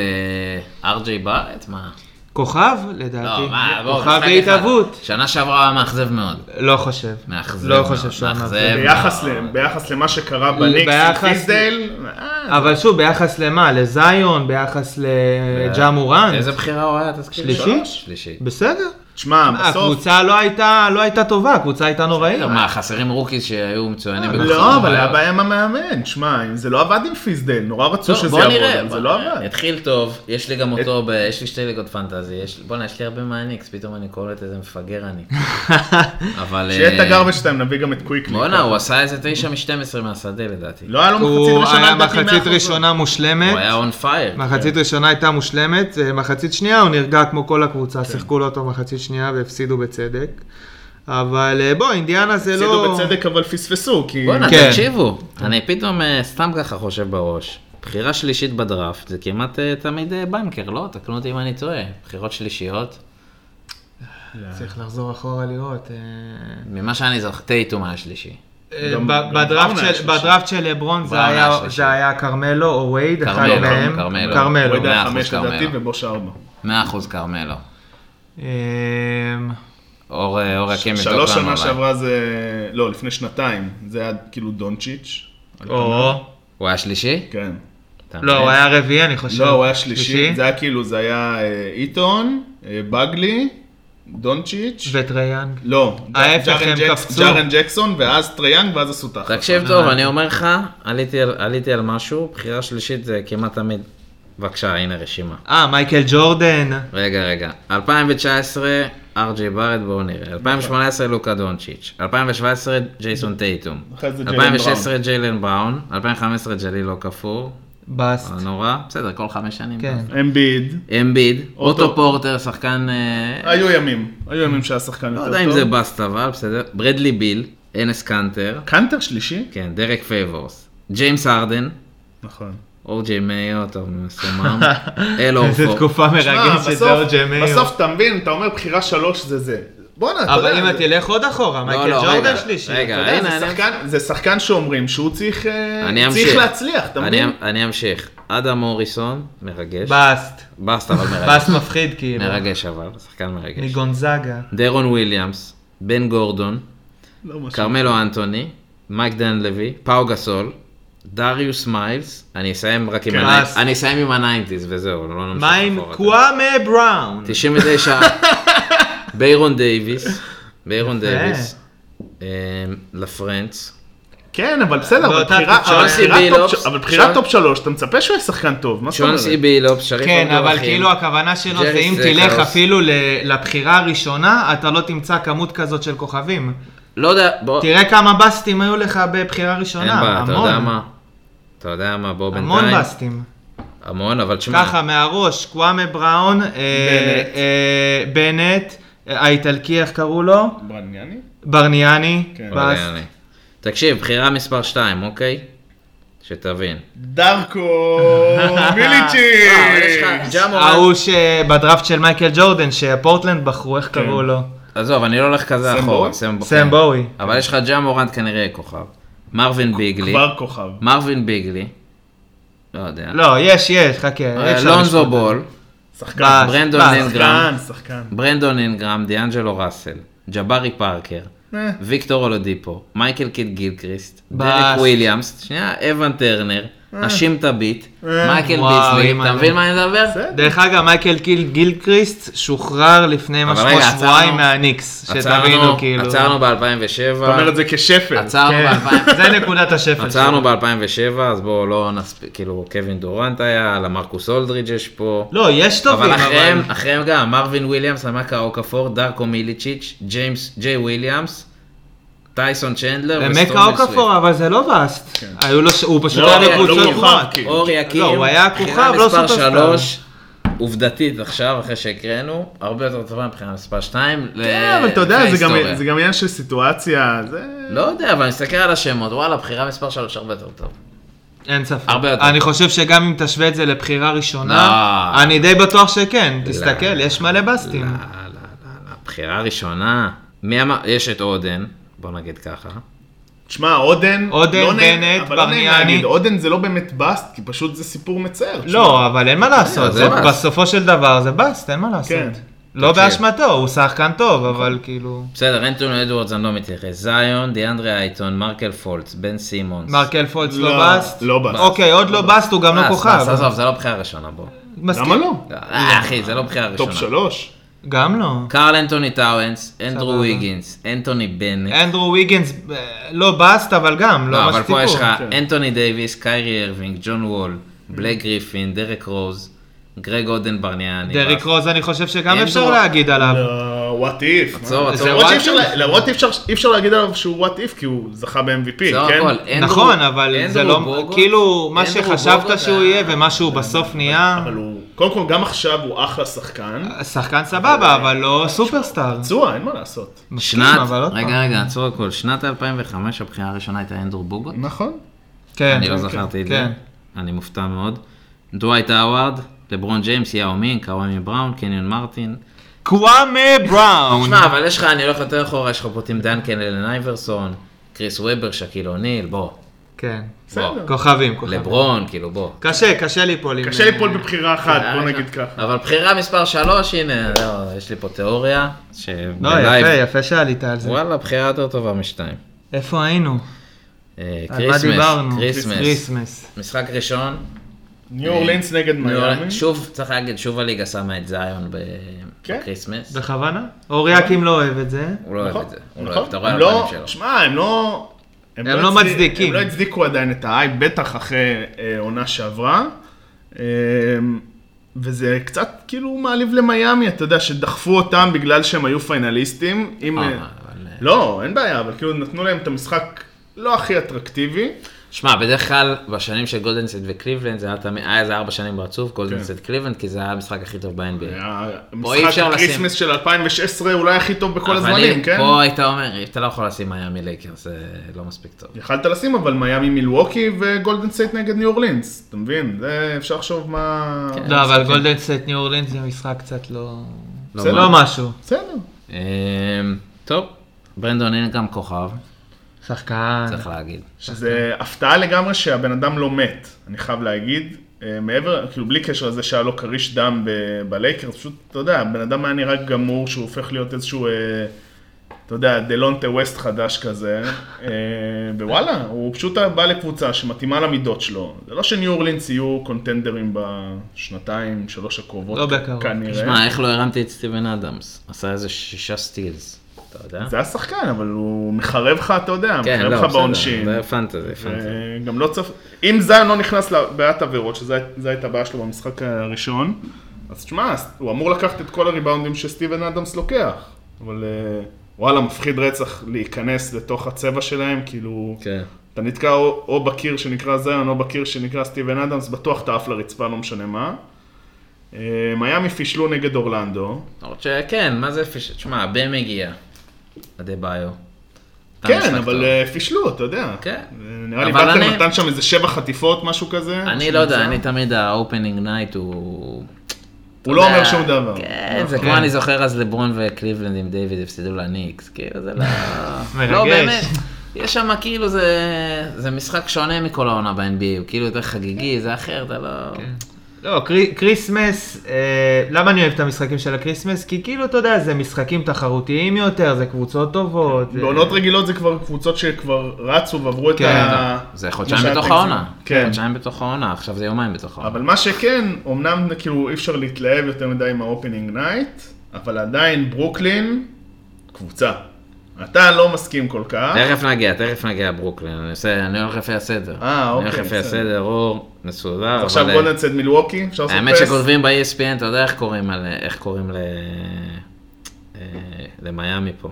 A: ארג'יי בארט? מה?
B: כוכב, לדעתי.
A: לא, מה, בוא,
B: כוכב
A: משחק אחד.
B: בהתהוות.
A: שנה שעברה היה מאכזב מאוד.
B: לא חושב.
A: מאכזב
B: לא
A: מאוד,
B: חושב שהוא
A: מאכזב.
B: מאכזב.
D: ביחס
A: אה.
D: ל- ביחס למה שקרה בניקס,
B: ביחס-
D: עם פיזדל, אה,
B: אבל שוב, ביחס למה? לזיון? ביחס
D: אה,
B: לג'ה מורן?
A: איזה בחירה הוא היה? תזכיר לי?
B: שלישית?
A: שלישית.
B: בסדר.
D: תשמע, בסוף,
B: הקבוצה לא הייתה, לא הייתה טובה, הקבוצה הייתה נוראית.
A: אה, מה, חסרים רוקיז שהיו מצוינים אה,
D: לא, אבל היה בעיה עם המאמן, תשמע, אם זה לא עבד עם פיזדל, נורא רצו
A: טוב,
D: שזה
A: בוא
D: יעבוד,
A: נראה,
D: אבל
A: בוא-
D: זה לא עבד.
A: התחיל טוב, יש לי גם אותו, ב... יש לי שתי ליגות פנטזי, יש... בואנה, יש לי הרבה מהניקס, פתאום אני קולט איזה מפגר
D: (laughs)
A: אני. אבל...
D: שיהיה את
A: אה,
D: הגרבג' שלהם, נביא גם את קוויקלי.
A: בואנה, הוא עשה איזה 9 מ-12 מהשדה לדעתי.
D: לא היה לו מחצית
B: הוא
D: ראשונה,
B: היה
D: לדעתי,
B: מחצית
D: 100%.
B: ראשונה
A: הוא היה
B: מושלמת.
A: און פייר.
D: כן.
B: מחצית ראשונה הייתה מושלמת, אה, מחצית שנייה הוא נרגע כמו כל
D: כן.
B: הקבוצה, שיחקו לו אותו מחצית שנייה והפסידו בצדק. אבל אה, בוא, אינדיאנה זה לא...
D: הפסידו בצדק, אבל פספסו, כי...
A: בואנה,
B: כן.
A: תקשיבו, אני פתאום אה, סתם ככה חושב בראש. בחירה שלישית בדראפט זה כמעט אה, תמיד אה, בנקר, לא? תקנו אותי אם אני טועה. בחירות שלישיות,
B: צריך לחזור אחורה לראות. אה,
A: ממה שאני זוכר, טייטום היה שלישי.
D: גם-
B: ב-
D: גם
B: בדראפט
D: בראון היה
B: של-
D: שלישי.
B: בדראפט של לברון
A: בראון
B: זה
A: היה
B: היה-
A: שלישי.
B: זה היה כרמלו או וייד, אחד
A: כרמלו,
B: מהם.
A: כרמלו.
D: הוא
B: כרמלו.
A: מאה
D: יודע
A: אחוז
D: חמש לדעתי
A: כרמלו.
D: ובוש ארבע.
A: 100% כרמלו.
B: אמ,
A: אור אה, אור יקים יבדוק לנו.
D: שלוש שנה
A: אולי.
D: שעברה זה... לא, לפני שנתיים. זה היה כאילו דונצ'יץ'. על
B: או...
A: הוא היה שלישי?
D: פניו. כן.
A: אתה
B: לא,
A: מבין?
B: הוא היה רביעי, אני חושב.
D: לא, הוא היה שלישי. זה היה כאילו, זה היה אה, איתון, אה, בגלי, דונצ'יץ'.
B: וטרייאנג.
D: לא, ג'-
B: ההפך,
D: ג'ארן
B: הם
D: ג'ק-
B: קפצו.
D: ג'ארן ג'קסון, ואז טרייאנג, ואז עשו תחת.
A: תקשיב טוב, אני אומר לך, עליתי על- עליתי על משהו, בחירה שלישית זה כמעט תמיד... בבקשה, הנה רשימה.
B: אה, מייקל ג'ורדן.
A: רגע, רגע. 2019, ארג'י בארד, בואו
D: נכון.
A: נראה. 2018, לוקה דונצ'יץ'. 2017, ג'ייסון טייטום.
D: אחרי זה ג'יילן
A: 2016, ג'יילן בראון. 2015, ג'ליל לא כפור.
B: בסט.
A: נורא. בסדר, כל חמש שנים.
B: (laughs) כן.
D: אמביד.
A: אמביד.
D: אוטו.
A: אוטו פורטר, שחקן... אה,
D: היו ימים. היו ימים שהיה שחקן יותר
A: לא
D: טוב.
A: יודע אם זה בסט אבל, בסדר. ברדלי ביל. אנס קנטר.
D: קנטר שלישי?
A: כן, דרק פייבורס. ג'יימס ארדן.
D: נכון.
A: אורג'י מאיו, טוב,
B: (laughs)
A: מסומם. אל אורפו.
B: איזו תקופה מרגשת
D: שמע,
B: שזה
D: בסוף-
B: אורג'ה מאיו.
D: בסוף אתה מבין, אתה אומר בחירה שלוש זה זה. בואנה, אתה יודע.
B: אבל אם
D: זה-
B: אתה תלך עוד אחורה, מייקל
A: לא,
B: ג'ורדן
A: רגע,
B: שלישי.
A: רגע.
D: אתה יודע,
A: הנה,
D: זה
A: אני-
D: שחקן- זה שחקן שאומרים שהוא צריך אה,
A: אני אמשיך.
D: צריך להצליח, אתה
A: אני-
D: מבין?
B: אמ-
A: אני אמשיך. אדם מוריסון, מרגש.
B: בסט.
A: בסט
B: (laughs)
A: אבל מרגש.
B: בסט מפחיד כאילו.
A: מרגש אבל, שחקן מרגש.
B: מגונזאגה.
A: דרון וויליאמס, בן גורדון,
D: לא משהו.
A: כרמלו אנטוני, מייק דן לוי, פאו גסול, דריוס מיילס, אני אסיים רק עם
D: כן.
A: הניינטיז,
B: אז-
A: אני אסיים עם הניינטיז וזהו, לא נמשיך
B: מה עם
A: אחורה.
B: קוואמה בראון? (laughs)
A: 99, ביירון דייוויס, ביירון
B: יפה.
A: דייוויס, אה, לפרנץ,
D: כן, אבל בסדר, אבל
B: באותה
D: בחירה-
B: תקופה.
D: אבל
A: שון
D: בחירה
A: סבילוב,
D: טופ- אבל בחירת
A: שון-
D: טופ שלוש, אתה מצפה שהוא יהיה שחקן טוב, מה זאת אומרת?
A: צ'ונסי בילופ, שריף
B: כן,
A: אבדולחים.
B: אבל כאילו הכוונה שלו
A: ג'רי
B: זה אם
A: סקרוס.
B: תלך אפילו ל- לבחירה הראשונה, אתה לא תמצא כמות כזאת של כוכבים.
A: לא יודע, בוא,
B: תראה כמה בסטים היו לך בבחירה
A: אין
B: ראשונה,
A: בעיה, אתה יודע
B: המון.
A: מה, אתה יודע מה, בוא בינתיים,
B: המון בסטים.
A: המון, אבל תשמע,
B: ככה, מהראש, קוואמה בראון, אה, אה, בנט, אה, האיטלקי, איך קראו לו?
D: ברניאני?
B: ברניאני.
D: כן.
B: בסט.
A: אבל יעני. תקשיב, בחירה מספר 2, אוקיי? שתבין. (laughs)
D: דרקו
A: אה, יש
D: מיליצ'י!
A: לך ג'ה מורנט.
B: ההוא שבדראפט של מייקל ג'ורדן, שפורטלנד בחרו, איך קראו לו?
A: עזוב, אני לא הולך כזה
D: סם
A: אחורה. כן.
D: בואי?
B: סם בואי.
A: אבל יש לך ג'ה מורנט כנראה כוכב. מרווין ביגלי.
D: כבר כוכב.
A: מרווין ביגלי. לא יודע.
B: לא, יש, יש, חכה. אי
A: אה,
B: אפשר לשפוט.
A: לונזו בול.
D: שחקן.
A: ברנדון
B: מה,
A: אינגרם,
B: אה.
D: שחקן, שחקן.
A: ברנדון אינגרם, דיאנג'לו ראסל, ג'בארי פארקר,
D: אה.
A: ויקטור אולודיפו, מייקל קיד גילקריסט,
B: בס.
A: דרק וויליאמס, שנייה, אבן טרנר,
D: אה.
A: אשים תביט, מייקל
B: וואו,
A: ביסלי,
B: אימא,
A: אתה
B: אימא.
A: מבין מה אני מדבר?
D: בסדר.
B: דרך אגב, מייקל קיל גילקריסט שוחרר לפני
A: אבל
B: משהו
A: רגע,
B: כמו
A: עצרנו.
B: שבועיים מהניקס, שתבינו
A: עצרנו-
B: כאילו.
A: עצרנו
D: אתה אומר את
A: ב-2007,
D: זה כשפל.
A: עצרנו
B: כן.
A: ב-2007, (laughs)
B: זה נקודת השפל
A: עצרנו ב-2007, אז בואו לא נספיק, כאילו קווין דורנט היה, למרקוס אולדריג' יש פה.
B: לא, יש טובים,
A: אבל אחריהם,
B: אבל...
A: אחריהם גם, מרווין וויליאמס, המקה אוקאפור, דארקו מיליצ'יץ', ג'יימס, ג'יי וויליאמס, טייסון צ'נדלר
B: ומק
A: וסטורמי
B: האוקאפור, אבל זה לא באסט.
D: כן.
B: היו לו, ש- הוא פשוט
D: לא,
B: היה
A: לא,
B: בקבוצות
D: לא מוכח,
B: גבוהות.
D: כאילו.
A: אורי אקיר,
B: לא, הוא היה
A: בחירה
B: כוכב, לא
A: מספר
B: סופרסטאר.
A: שלוש, עובדתית עכשיו, אחרי שהקראנו, הרבה יותר טובה מבחינה מספר 2.
B: אה,
D: כן, אבל אתה יודע, זה גם- זה גם עניין של סיטואציה, זה...
A: לא יודע, אבל אני מסתכל על השמות, וואלה, בחירה מספר 3 הרבה יותר טוב.
B: אין ספק.
A: הרבה יותר.
B: אני חושב שגם אם תשווה את זה לבחירה ראשונה,
A: לא.
B: אני די בטוח שכן. תסתכל, יש מלא בסטים.
A: לא, לא, לא, לא, בחירה ראשונה, מי אמר, יש את אודן, בוא נגיד ככה.
D: תשמע, אודן,
B: אודן,
D: לא נעים-
B: בנט,
D: אבל לא נעים
B: ברניאני.
D: להגיד, אודן זה לא באמת באסט, כי פשוט זה סיפור מצער.
B: לא, אבל אין מה לעשות,
A: זה
B: זה-
A: באסט.
B: בסופו של דבר זה באסט, אין מה לעשות.
D: כן.
B: לא
A: תקשיב.
B: באשמתו, הוא שחקן טוב, אבל כאילו...
A: בסדר, אנטוני אדוורדס אני לא מתייחס. זיון, דיאנדרי אייטון, מרקל פולץ, בן סימונס.
B: מרקל פולץ
D: לא,
B: לא באסט?
D: לא באסט.
B: אוקיי, עוד לא באסט, הוא גם לא
A: אה,
B: כוכב.
A: אז עזוב, זה לא בחירה ראשונה, בוא.
B: מסכים.
D: למה לא?
A: אה, אחי, זה לא בחירה
D: טופ
A: ראשונה.
D: שלוש?
B: גם לא.
A: קרל אנטוני טאוונס, אנדרו
B: סבבה.
A: ויגינס, אנטוני בנט.
B: אנדרו ויגינס אה, לא באסט, אבל גם, לא
A: לא,
B: מה
A: אבל
B: שציפו.
A: פה יש לך
D: כן.
A: אנטוני דייוויס, קיירי ארווינג, ג'ון וול, בלק גריפין, דרק רוז, גרג אודן ברניאני.
B: דרק
A: בס-
B: רוז, אני חושב שגם
A: אין
B: אפשר
A: דור-
B: להגיד עליו.
D: לא, וואט איף.
A: עצור, עצור.
B: what
D: למרות שאי אפשר להגיד עליו שהוא וואט איף, כי הוא זכה ב-MVP,
A: זה
D: כן?
A: הכל. אנדרו-
B: נכון, אבל זה
A: אנדרו
B: לא,
A: בוגוט-
B: כאילו, מה
A: אנדרו
B: שחשבת
A: בוגוט
B: שהוא
A: היה-
B: יהיה ומה שהוא בסוף נהיה,
D: אבל הוא, קודם כל, גם עכשיו הוא אחלה שחקן.
B: שחקן סבבה, אבל לא סופרסטאר.
D: פצוע, אין מה לעשות.
B: מסכים,
A: שנת,
B: אבל עוד פעם.
A: רגע, רגע, עצור הכל. שנת 2005 הבחירה הראשונה הייתה אנדרו בוגוט.
D: נכון.
B: כן,
A: אני לא זכרתי את זה.
B: כן.
A: אני מופתע מאוד. דווייט האווארד, לברון ג'יימס, יאו מין, קוואמי בראון, קניון מרטין.
B: קוואמה בראון.
A: שמע, אבל יש לך, אני הולך יותר אחורה, יש לך פה טים דנקן, אלן אייברסון, קריס וובר, שקיל אוניל, בוא.
B: כן.
A: בוא.
D: בסדר.
B: כוכבים, כוכבים.
A: לברון, כאילו, בוא. כן,
B: קשה, קשה ליפול. עם- אה,
D: קשה ליפול בבחירה אחת,
A: אה,
D: בוא נגיד ככה.
A: אבל בחירה מספר 3, הנה, לא, יש לי פה תיאוריה,
B: לא,
A: שבלייב,
B: יפה, יפה שעלית על זה.
A: וואלה, בחירה יותר טובה משתיים.
B: איפה היינו?
A: אה,
B: על מה
A: כריסמס,
B: דיברנו?
A: כריסמס.
B: כריסמס.
A: משחק ראשון,
D: ניו אורלינס נגד
A: ניו אורלינס.
D: מיאמי.
A: שוב, צריך להגיד, שוב הליגה שמה את זיון ב-
D: כן.
A: בקריסמס.
B: בכוונה? אוריאקים לא אוהב את זה.
A: הוא לא אוהב
D: נכון,
A: את זה. הוא לא אוהב,
D: נכון.
A: אתה רואה
D: הם
A: על הפנים
D: לא,
A: שלו.
D: שמע, הם לא...
B: הם לא
D: הצדיק-
B: מצדיקים.
D: הם לא הצדיקו עדיין את האי, בטח אחרי אה, עונה שעברה. אה, וזה קצת כאילו מעליב למיאמי, אתה יודע, שדחפו אותם בגלל שהם היו פיינליסטים. אם...
A: אה,
D: אה,
A: אבל, אה,
D: לא, אין בעיה, אבל כאילו נתנו להם את המשחק לא הכי אטרקטיבי.
A: שמע, בדרך כלל, בשנים של גולדנסט וקליבלנד, זה היה תמיד, היה איזה ארבע שנים ברצוף,
D: כן.
A: גולדנסט קליבלנד, כי זה היה המשחק הכי טוב ב-NBA. כן. אי
D: המשחק
A: אפשר לשים.
D: הקריסמס של 2016 אולי הכי טוב בכל
A: אבל
D: הזמנים,
A: אם-
D: כן?
A: פה היית אומר, אתה לא יכול לשים מיאמי לייקרס, זה לא מספיק טוב.
D: יכלת לשים, אבל מיאמי מילווקי וגולדן סטייט נגד ניו אורלינס, אתה מבין? זה אפשר לחשוב מה...
A: כן.
B: לא, אבל גולדן סט ניו אורלינס זה משחק קצת לא...
A: לא
B: זה
A: מה?
B: לא משהו.
D: בסדר.
A: אמ, טוב, ברנדון אין גם כוכב,
B: שחקן.
A: צריך להגיד.
D: שזה הפתעה לגמרי שהבן אדם לא מת, אני חייב להגיד. אה, מעבר, כאילו בלי קשר לזה שהיה לו כריש דם ב- בלייקרס, פשוט, אתה יודע, הבן אדם היה נראה גמור שהוא הופך להיות איזשהו, אה, אתה יודע, דלונטה ווסט חדש כזה, אה, ווואלה, הוא פשוט בא לקבוצה שמתאימה למידות שלו. זה לא שניו אורלינס יהיו קונטנדרים בשנתיים, שלוש הקרובות,
B: לא בקרוב.
D: כנראה.
A: שמע, איך לא הרמתי את סטיבן אדמס? עשה איזה שישה סטילס, אתה יודע? כן, לא,
D: זה השחקן, אבל הוא מחרב לך, אתה יודע, מחרב לך בעונשין.
A: זה פנטזי, פנטזי.
D: גם לא צריך, אם זיון לא נכנס לבעיית עבירות, שזו זו הייתה הבעיה שלו במשחק הראשון, אז תשמע, הוא אמור לקחת את כל הריבאונדים שסטיבן אדמס לוקח, אבל אה, וואלה, מפחיד רצח להיכנס לתוך הצבע שלהם, כאילו,
A: כן.
D: אתה נתקע או, או בקיר שנקרא זיון, או בקיר שנקרא סטיבן אדמס, בטוח אתה עף לרצפה, לא משנה מה. אה, מיאמי פישלו נגד אורלנדו,
A: למרות שכן, כן, מה זה פיש... תשמע, הבן מגיע. עדי ביו.
D: כן, אבל אה, פישלו, אתה יודע.
A: כן.
D: אה, נראה לי
A: אבל
D: באטר
A: אני-
D: נתן שם איזה שבע חטיפות, משהו כזה.
A: אני לא יודע, אני תמיד ה-opening night הוא... אתה
D: לא
A: יודע,
D: אומר שום דבר. אוקיי.
A: כן, זה
B: נכון.
A: כמו אני זוכר אז לברון וקליבלנד עם דיוויד הפסידו לניקס, כאילו זה לא...
D: (laughs)
B: מרגש.
A: לא באמת. יש שם כאילו זה,
D: כן.
A: זה משחק שונה מכל העונה ב-NBA, הוא כאילו יותר חגיגי, זה אחר, אתה לא...
B: לא, קרי- כריסמס, אה, למה אני אוהב את המשחקים של הכריסמס? כי כאילו, אתה יודע, זה משחקים תחרותיים יותר, זה קבוצות טובות. זה-
D: כן. בעונות רגילות זה כבר קבוצות שכבר רצו ועברו את
B: כן,
D: ה...
A: זה חודשיים
D: כמו שהיה
A: בתוך
D: טקסס.
A: העונה.
D: כן.
A: חודשיים בתוך העונה, עכשיו זה יומיים בתוך העונה.
D: אבל מה שכן, אמנם כאילו אי אפשר להתלהב יותר מדי עם האופנינג נייט, אבל עדיין ברוקלין, קבוצה. אתה לא מסכים כל כך.
A: תכף נגיע, תכף נגיע ברוקלין, אני עושה, אני הולך לפי הסדר.
D: אה,
A: אני הולך
D: אוקיי,
A: לפי
D: בסדר.
A: הסדר, אור, מסודר.
D: עכשיו
A: אבל,
D: בוא
A: אה,
D: נצא את מילווקי, אפשר לעשות
A: האמת
D: פס?
A: שכותבים ב-ESPN, אתה יודע איך קוראים על... איך קוראים ל... אה, למיאמי פה.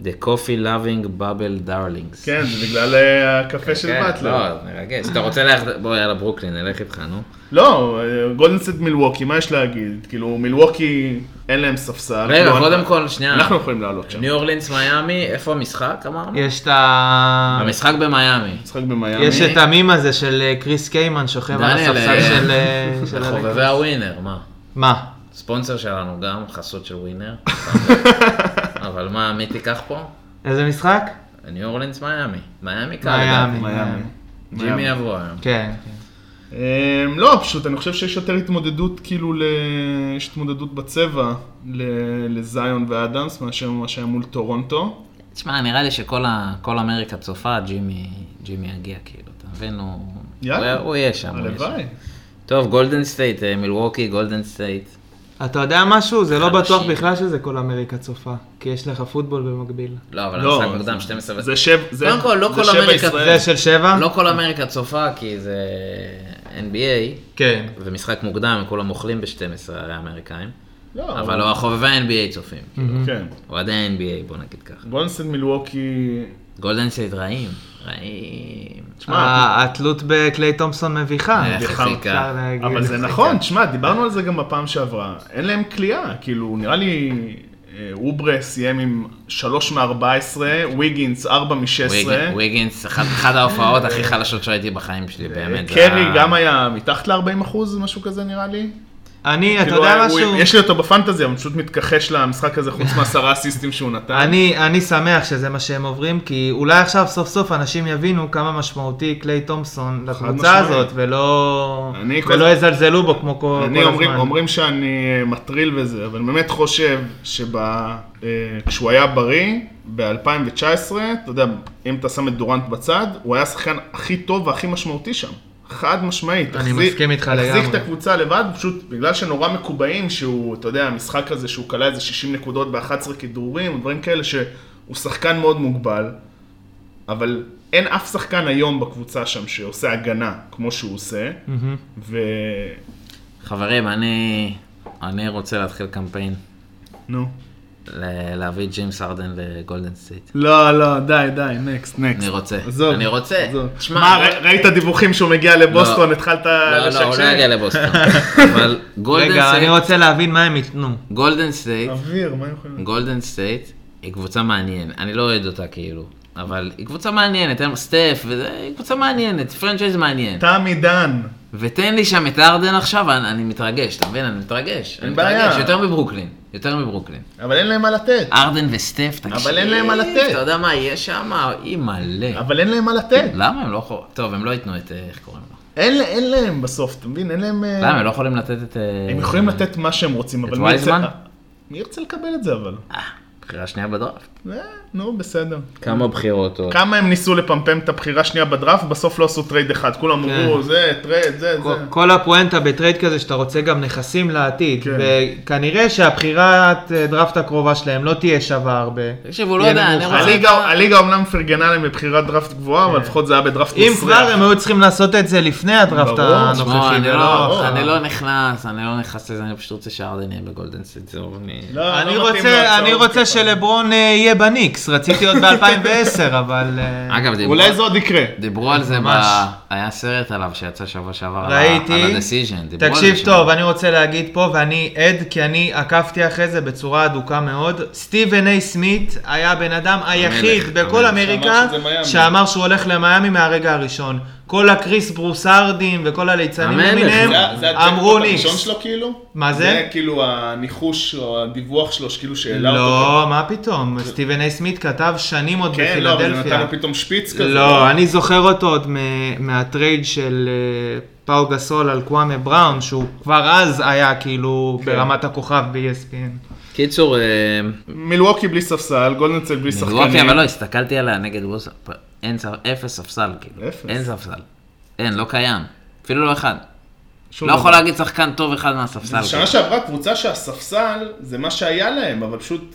A: The Coffee Loving Bubble Darlings.
D: כן, זה בגלל אה, הקפה של
A: כן,
D: באטלר.
A: לא, מרגש. אתה רוצה ללכת... בוא, יאללה, ברוקלין, נלך איתך, נו.
D: לא, גולדנסט מילווקי, מה יש להגיד? כאילו, מילווקי, אין להם ספסל.
A: רגע,
D: כאילו,
A: קודם
D: אנחנו-
A: כל, שנייה.
D: אנחנו יכולים לעלות שם.
A: ניו אורלינס, מיאמי, איפה המשחק, אמרנו?
B: יש את ה...
A: המשחק במיאמי.
D: משחק במיאמי.
B: יש את המים הזה של אה, קריס קיימן שוכב על
A: דניאל,
B: הספסל
A: אה, (laughs)
B: של... אה, של
A: חובבי
B: הלקרס.
A: הווינר, מה?
B: מה?
A: ספונסר שלנו גם, חסות של ווינר.
D: (laughs)
A: אבל מה, מי תיקח פה?
B: איזה משחק?
A: ניו אורלינס, מיאמי. כן, מיאמי קל. לדעתי.
B: מיאמי.
D: מיאמי.
A: ג'ימי יבוא היום.
B: כן.
D: אמ, לא, פשוט אני חושב שיש יותר התמודדות, כאילו, ל... יש התמודדות בצבע ל- לזיון ואדמס, מאשר מה שהיה מול טורונטו.
A: תשמע, נראה לי שכל ה- כל אמריקה צופה, ג'ימי ג'ימי יגיע, כאילו, אתה מבין? הוא...
D: יאללה.
A: הוא- הוא יהיה שם. הוא יהיה
D: הלוואי.
A: שם. טוב, גולדן סטייט, אה, מילווקי, גולדן סטייט.
B: אתה יודע משהו? זה לא
A: חלשים.
B: בטוח בכלל שזה כל אמריקה צופה, כי יש לך פוטבול במקביל.
A: לא, אבל
D: לא,
A: המשחק מוקדם, 12
D: זה שב... זה-
A: קודם כל, לא
D: זה
A: כל
D: שבע
A: אמריקה-
D: ישראל.
B: זה של שבע?
A: לא כל אמריקה צופה, כי זה NBA,
B: כן.
A: ומשחק מוקדם, הם כולם אוכלים ב-12 הרי האמריקאים.
D: לא,
A: אבל לא, החובבי ה-NBA צופים. כאילו.
D: כן.
A: אוהדי ה-NBA, בוא נגיד ככה.
D: גולדנסט מילווקי...
A: גולדן סטייט רעים, רעים.
D: שמע,
B: ה- התלות בקליי תומפסון מביכה.
A: אה,
D: בדיחה.
A: חזיקה.
B: אפשר להגיד.
D: אבל זה נכון, תשמע, דיברנו על זה גם בפעם שעברה. אין להם כליאה, כאילו, נראה לי... אה, אוברה סיים עם 3 מ-14, וויגינס 4 מ-16.
A: וויג- וויגינס, אחת- אחת ההופעות הכי חלשות שראיתי בחיים שלי, באמת. זה
D: קרי
A: היה-
D: גם היה מתחת ל-40 אחוז, משהו כזה נראה לי.
B: אני, אתה
D: כאילו,
B: יודע
D: הוא-
B: משהו?
D: יש לי אותו בפנטזי, אבל פשוט מתכחש למשחק הזה, חוץ (laughs) מעשרה אסיסטים שהוא נתן.
B: אני, אני שמח שזה מה שהם עוברים, כי אולי עכשיו סוף סוף אנשים יבינו כמה משמעותי קליי תומפסון לקבוצה
D: משמעית.
B: הזאת, ולא,
D: אני כל-
B: ולא יזלזלו בו כמו כל,
D: אני
B: כל
D: אומרים,
B: הזמן.
D: אומרים שאני אה, מטריל וזה, אבל באמת חושב שכשהוא היה בריא, ב-2019, אתה יודע, אם אתה שם את דורנט בצד, הוא היה השחקן הכי טוב והכי משמעותי שם. חד משמעית.
B: אני
D: החזיק-
B: מסכים איתך
D: החזיק את
B: לגמרי.
D: הקבוצה לבד, פשוט בגלל שנורא מקובעים שהוא, אתה יודע, המשחק הזה שהוא כלל איזה 60 נקודות ב-11 כדרורים, דברים כאלה שהוא שחקן מאוד מוגבל, אבל אין אף שחקן היום בקבוצה שם שעושה הגנה כמו שהוא עושה,
B: מהמם.
D: ו...
A: חברים, אני אני רוצה להתחיל קמפיין.
D: נו.
A: ל- להביא את ג'יימס ארדן לגולדן סטייט.
D: לא, לא, די, די, נקסט, נקסט.
A: אני רוצה.
D: עזוב.
A: אני רוצה.
D: עזוב.
A: תשמע,
D: מה,
A: גול-
D: ר- ראית דיווחים שהוא מגיע לבוסטון,
A: לא.
D: התחלת
A: לא, לא, הוא לא יגיע
D: לשקשק?
A: לבוסטון. אבל גולדן
B: רגע, אני
A: סטייט,
B: רוצה להבין מה הם ייתנו.
A: גולדן סטייט,
D: אוויר, מה הם יכולים?
A: גולדן סטייט היא קבוצה מעניינת, אני לא אוהד אותה כאילו, אבל היא קבוצה מעניינת, אין סטף, וזה- היא קבוצה מעניינת, פרנצ'ייז מעניין.
D: תמי דן.
A: ותן לי שם את ארדן עכשיו, אני אני מתרגש, אתה מבין? אני מתרגש. אני
D: בעיה.
A: מתרגש, יותר מברוקלין, יותר מברוקלין.
D: אבל אין להם מה לתת.
A: ארדן וסטף, תקשיב.
D: אבל אין להם מה לתת.
A: אתה יודע מה יהיה שם? היא מלא.
D: אבל אין להם מה לתת.
A: למה הם לא יכולים? טוב, הם לא ייתנו את, אה, איך קוראים לו?
D: אין אין להם בסוף, אתה מבין? אין להם... אה,
A: למה הם לא יכולים לתת את... אה,
D: הם יכולים לתת מה שהם רוצים, אבל...
A: את
D: מי ירצה-
A: וייזמן?
D: מי ירצה לקבל את זה אבל?
A: אה, בחירה שנייה בדראפט.
D: אה, נו, בסדר.
A: כמה בחירות עוד?
D: כמה הם ניסו לפמפם את הבחירה שנייה בדראפט, בסוף לא עשו טרייד אחד. כולם
A: כן.
D: אמרו, זה, טרייד, זה,
B: כל-
D: זה.
B: כל הפואנטה בטרייד כזה שאתה רוצה גם נכסים לעתיד,
D: כן.
B: וכנראה שהבחירת אה, דראפט הקרובה שלהם לא תהיה שווה הרבה.
A: תקשיבו, לא
B: תהיה
A: יודע, אני
B: נמוכה.
A: רוצה-
D: הליגה- הליגה אומנם פרגנה להם בבחירת דראפט גבוהה, אבל לפחות זה היה בדראפט
B: כן. אם
D: מסריח.
B: כבר הם היו צריכים לעשות את זה לפני הדראפט
D: ברור.
A: תשמעו,
B: הנוכחי.
A: אני
B: ולא
A: לא-
B: עכשיו.
A: אני לא נכנס, אני לא נכנס לזה, אני פשוט רוצה שארדן יהיה בגולדן סטייט, זה עובר לי.
D: לא,
B: אני
D: לא מתאים
B: רוצה,
D: להצעות
B: אני רוצה
D: ככה.
B: שלברון אה, יהיה בניקס, רציתי עוד ב-2010, (laughs) אבל... אה,
A: אגב, דיברו-
D: אולי זה עוד יקרה.
A: דיברו על זה, ב-
B: ממש.
A: היה סרט עליו שיצא שבוע שעבר, על ה-
B: ראיתי.
A: על הדסיז'ן. דיברו על זה
B: תקשיב
A: שם.
B: טוב, אני רוצה להגיד פה, ואני עד, כי אני עקבתי אחרי זה בצורה אדוקה מאוד. סטיבן איי סמית היה הבן אדם היחיד בכל
A: המלך.
B: אמריקה
D: שאמר שזה מיאמי.
B: שאמר שהוא הולך למיאמי מהרגע הראשון. כל הקריס ברוסרדים וכל הליצנים
A: המלך.
B: למיניהם,
A: זה-
D: זה
B: אמרו
D: הצ'קפוט
B: ניקס.
D: הראשון שלו כאילו?
B: מה זה?
D: זה כאילו הניחוש או הדיווח שלו שכאילו שהעלה אותו.
B: לא, מה פתאום, סטיבן איי סמית כתב שנים עוד
D: כן, לא, אבל נתן
B: בפילדלפיה.
D: לו פתאום שפיץ כזה.
B: לא, אני זוכר אותו עוד מ- מהטרייד של אה, פאו גסול על קוואמה בראון, שהוא כבר אז היה כאילו
D: כן.
B: ברמת הכוכב ב-ESPN.
A: קיצור, אה,
D: מילווקי בלי ספסל, גולדנצל בלי שחקנים.
A: מילווקי, אבל לא, הסתכלתי עליה נגד ווסר, אין ספ- אפס ספסל, כאילו.
D: אפס.
A: אין ספסל. אין, לא קיים. אפילו לא אחד.
D: שום
A: לא
D: דבר.
A: יכול להגיד שחקן טוב אחד מהספסל. כאילו.
D: שנה שעברה קבוצה שהספסל זה מה שהיה להם, אבל פשוט...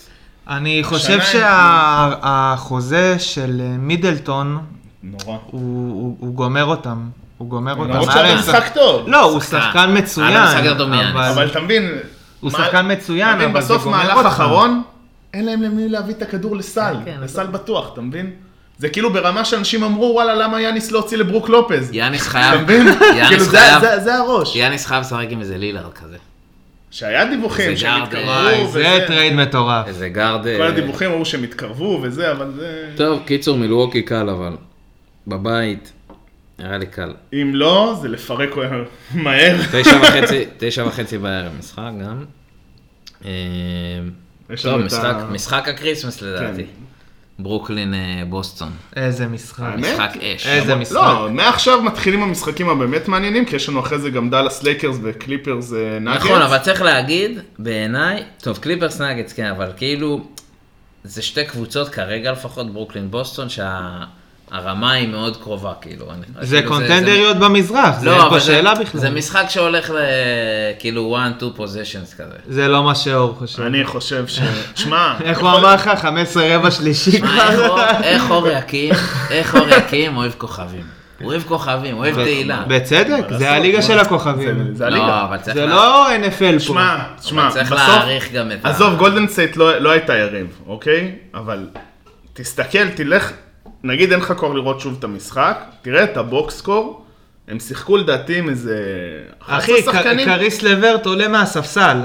B: אני חושב
D: השנה-
B: שהחוזה של אה, מידלטון,
D: נורא.
B: הוא הוא- הוא גומר אותם. הוא גומר אותם.
D: למרות
B: היה
D: שהיה
B: להם שחק-
D: משחק טוב.
B: לא, הוא
A: שחקן.
B: שחקן מצוין.
A: היה לו משחק יותר טוב מיאניס.
B: אבל-
D: אבל אתה מבין...
B: הוא
D: מה-
B: שחקן מצוין,
D: אתה מבין,
B: אבל זה
D: בסוף
B: גומר
D: מהלך
B: אותך.
D: אחרון, אין להם למי להביא את הכדור לסל.
A: כן, כן,
D: לסל בטוח, אתה מבין? זה כאילו ברמה שאנשים אמרו, וואלה, למה יאניס לא הוציא לברוק לופז?
A: יאניס
D: אתה
A: חייב,
D: מבין? כאילו,
A: יאניס
D: זה-
A: חייב, כן.
D: זה- זה הראש.
A: יאניס חייב לשחק עם איזה לילארד כזה.
D: שהיה דיווחים
A: זה
D: שהם
A: גארד,
D: התקרבו,
B: וואי, אה, זה
D: וזה...
B: טרייד מטורף.
A: איזה גארד...
D: כל
A: אה,
D: הדיווחים אמרו שהם התקרבו וזה, אבל זה...
A: טוב, קיצור, מילווקי קל אבל. בבית, נראה לי קל.
D: אם לא, זה לפרק מהר.
A: תשע וחצי, תשע וחצי בערב משחק גם. אה,
D: יש לנו
A: טוב,
D: את
A: משחק,
D: ה-
A: משחק הקריסמס לדעתי.
D: כן.
A: ברוקלין אה, בוסטון.
B: איזה משחק.
D: באמת?
A: משחק אש.
B: איזה
A: למרות-
B: משחק.
D: לא, מעכשיו מתחילים המשחקים הבאמת מעניינים, כי יש לנו אחרי זה גם דאלאס לייקרס וקליפרס אה, נאגרס.
A: נכון, אבל צריך להגיד, בעיניי, טוב, קליפרס נגדס, כן, אבל כאילו, זה שתי קבוצות כרגע לפחות, ברוקלין בוסטון, שהרמה היא מאוד קרובה, כאילו. אני- כאילו,
B: זה קונטנדריות במזרח, זה
A: לא,
B: אין
A: אבל
B: פה
A: זה-
B: שאלה בכלל.
A: זה משחק שהולך ל... כאילו 1-2 פוזיישנס כזה.
B: זה לא מה שאור חושב.
D: אני חושב ש... שמע,
B: (laughs) איך הוא
D: יכול-
B: אמר לך? 15 רבע שלישי
A: מה, איך
B: כבר.
A: אור-
B: (laughs)
A: איך אור יקים, איך אור יקים אוהב כוכבים. הוא אוהב כוכבים, הוא אוהב תהילה.
B: בצדק,
D: מה לעשות,
B: זה הליגה
D: מה?
B: של הכוכבים.
D: זה- זה
A: לא,
D: הליגה.
A: אבל צריך
B: זה
A: לה-
B: לא NFL פה.
D: שמע, שמע,
A: אבל צריך
D: בסוף,
A: להעריך גם את ה...
D: עזוב, גולדן סייט לא לא הייתה יריב, אוקיי? אבל תסתכל, תלך, נגיד אין לך כוח לראות שוב את המשחק, תראה את הבוקסקור, הם שיחקו לדעתי עם איזה... 11
B: אחי,
D: שחקנים.
B: ק- קריס לברט עולה מהספסל.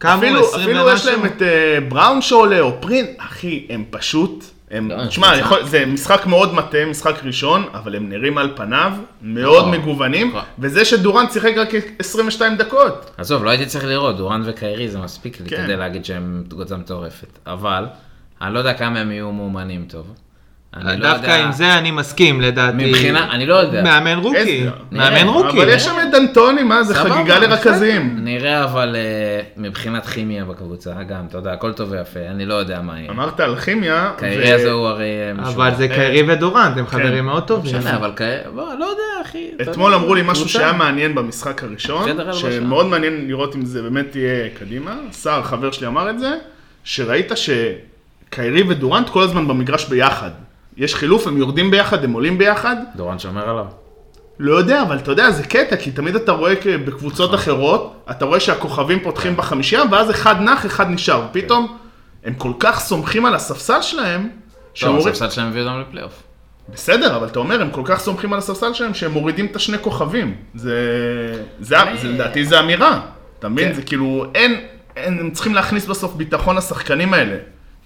B: כמה הוא?
D: אפילו,
B: 20
D: אפילו יש
B: ומשהו?
D: להם את אה, בראון שעולה או פרינט, אחי, הם פשוט, הם,
A: לא,
D: תשמע,
A: הם
D: יכול, זה משחק מאוד מטה, משחק ראשון, אבל הם נראים על פניו מאוד
A: לא.
D: מגוונים,
A: לא.
D: וזה שדורן שיחק רק 22 דקות.
A: עזוב, לא הייתי צריך לראות, דורן וקיירי זה מספיק לי
D: כן.
A: כדי להגיד שהם תגוזה מטורפת. אבל, אני לא יודע כמה הם יהיו מאומנים טוב. אני לא
B: דווקא
A: יודע...
B: עם זה אני מסכים, לדעתי.
A: מבחינה, אני לא יודע. אה,
B: מאמן רוקי,
D: איזה-
A: נראה,
B: מאמן רוקי.
D: אבל יש שם את דנטוני, מה זה
A: אוקיי. סבבה,
D: חגיגה לרכזים.
A: נראה אבל אה, מבחינת כימיה בקבוצה, גם, אתה יודע, הכל טוב ויפה, אני לא יודע מה יהיה.
D: אמרת על כימיה,
A: קיירי הזה הוא הרי אה, משוגע.
B: אבל זה קיירי ודורנט,
D: כן.
B: הם חברים מאוד
A: לא
B: טובים.
A: משנה, אבל כאלה, בוא, לא יודע, אחי. אתה
D: אתמול
A: יודע,
D: אמרו לי משהו
A: קבוצה.
D: שהיה מעניין במשחק הראשון,
A: חדר הלבשה.
D: שמאוד מעניין לראות אם זה באמת יהיה קדימה. סער, חבר שלי, אמר את זה, שראית שקיירי ודורנט כל הזמן במגרש ביחד. יש חילוף, הם יורדים ביחד, הם עולים ביחד.
A: דורון שומר עליו.
D: לא יודע, אבל אתה יודע, זה קטע, כי תמיד אתה רואה כ-
A: נכון.
D: בקבוצות אחרות, אתה רואה שהכוכבים
A: כן.
D: פותחים בחמישייה, ואז אחד נח, אחד נשאר. פתאום, הם כל כך סומכים על הספסל שלהם, שהם
A: טוב,
D: אומרים,
A: הספסל שלהם הביא אותם לפלייאוף.
D: בסדר, אבל אתה אומר, הם כל כך סומכים על הספסל שלהם, שהם מורידים את השני כוכבים. זה... זה, זה לדעתי זה אמירה. אתה מבין?
A: כן.
D: זה כאילו, אין, אין, הם צריכים להכניס בסוף ביטחון לשחקנים האלה.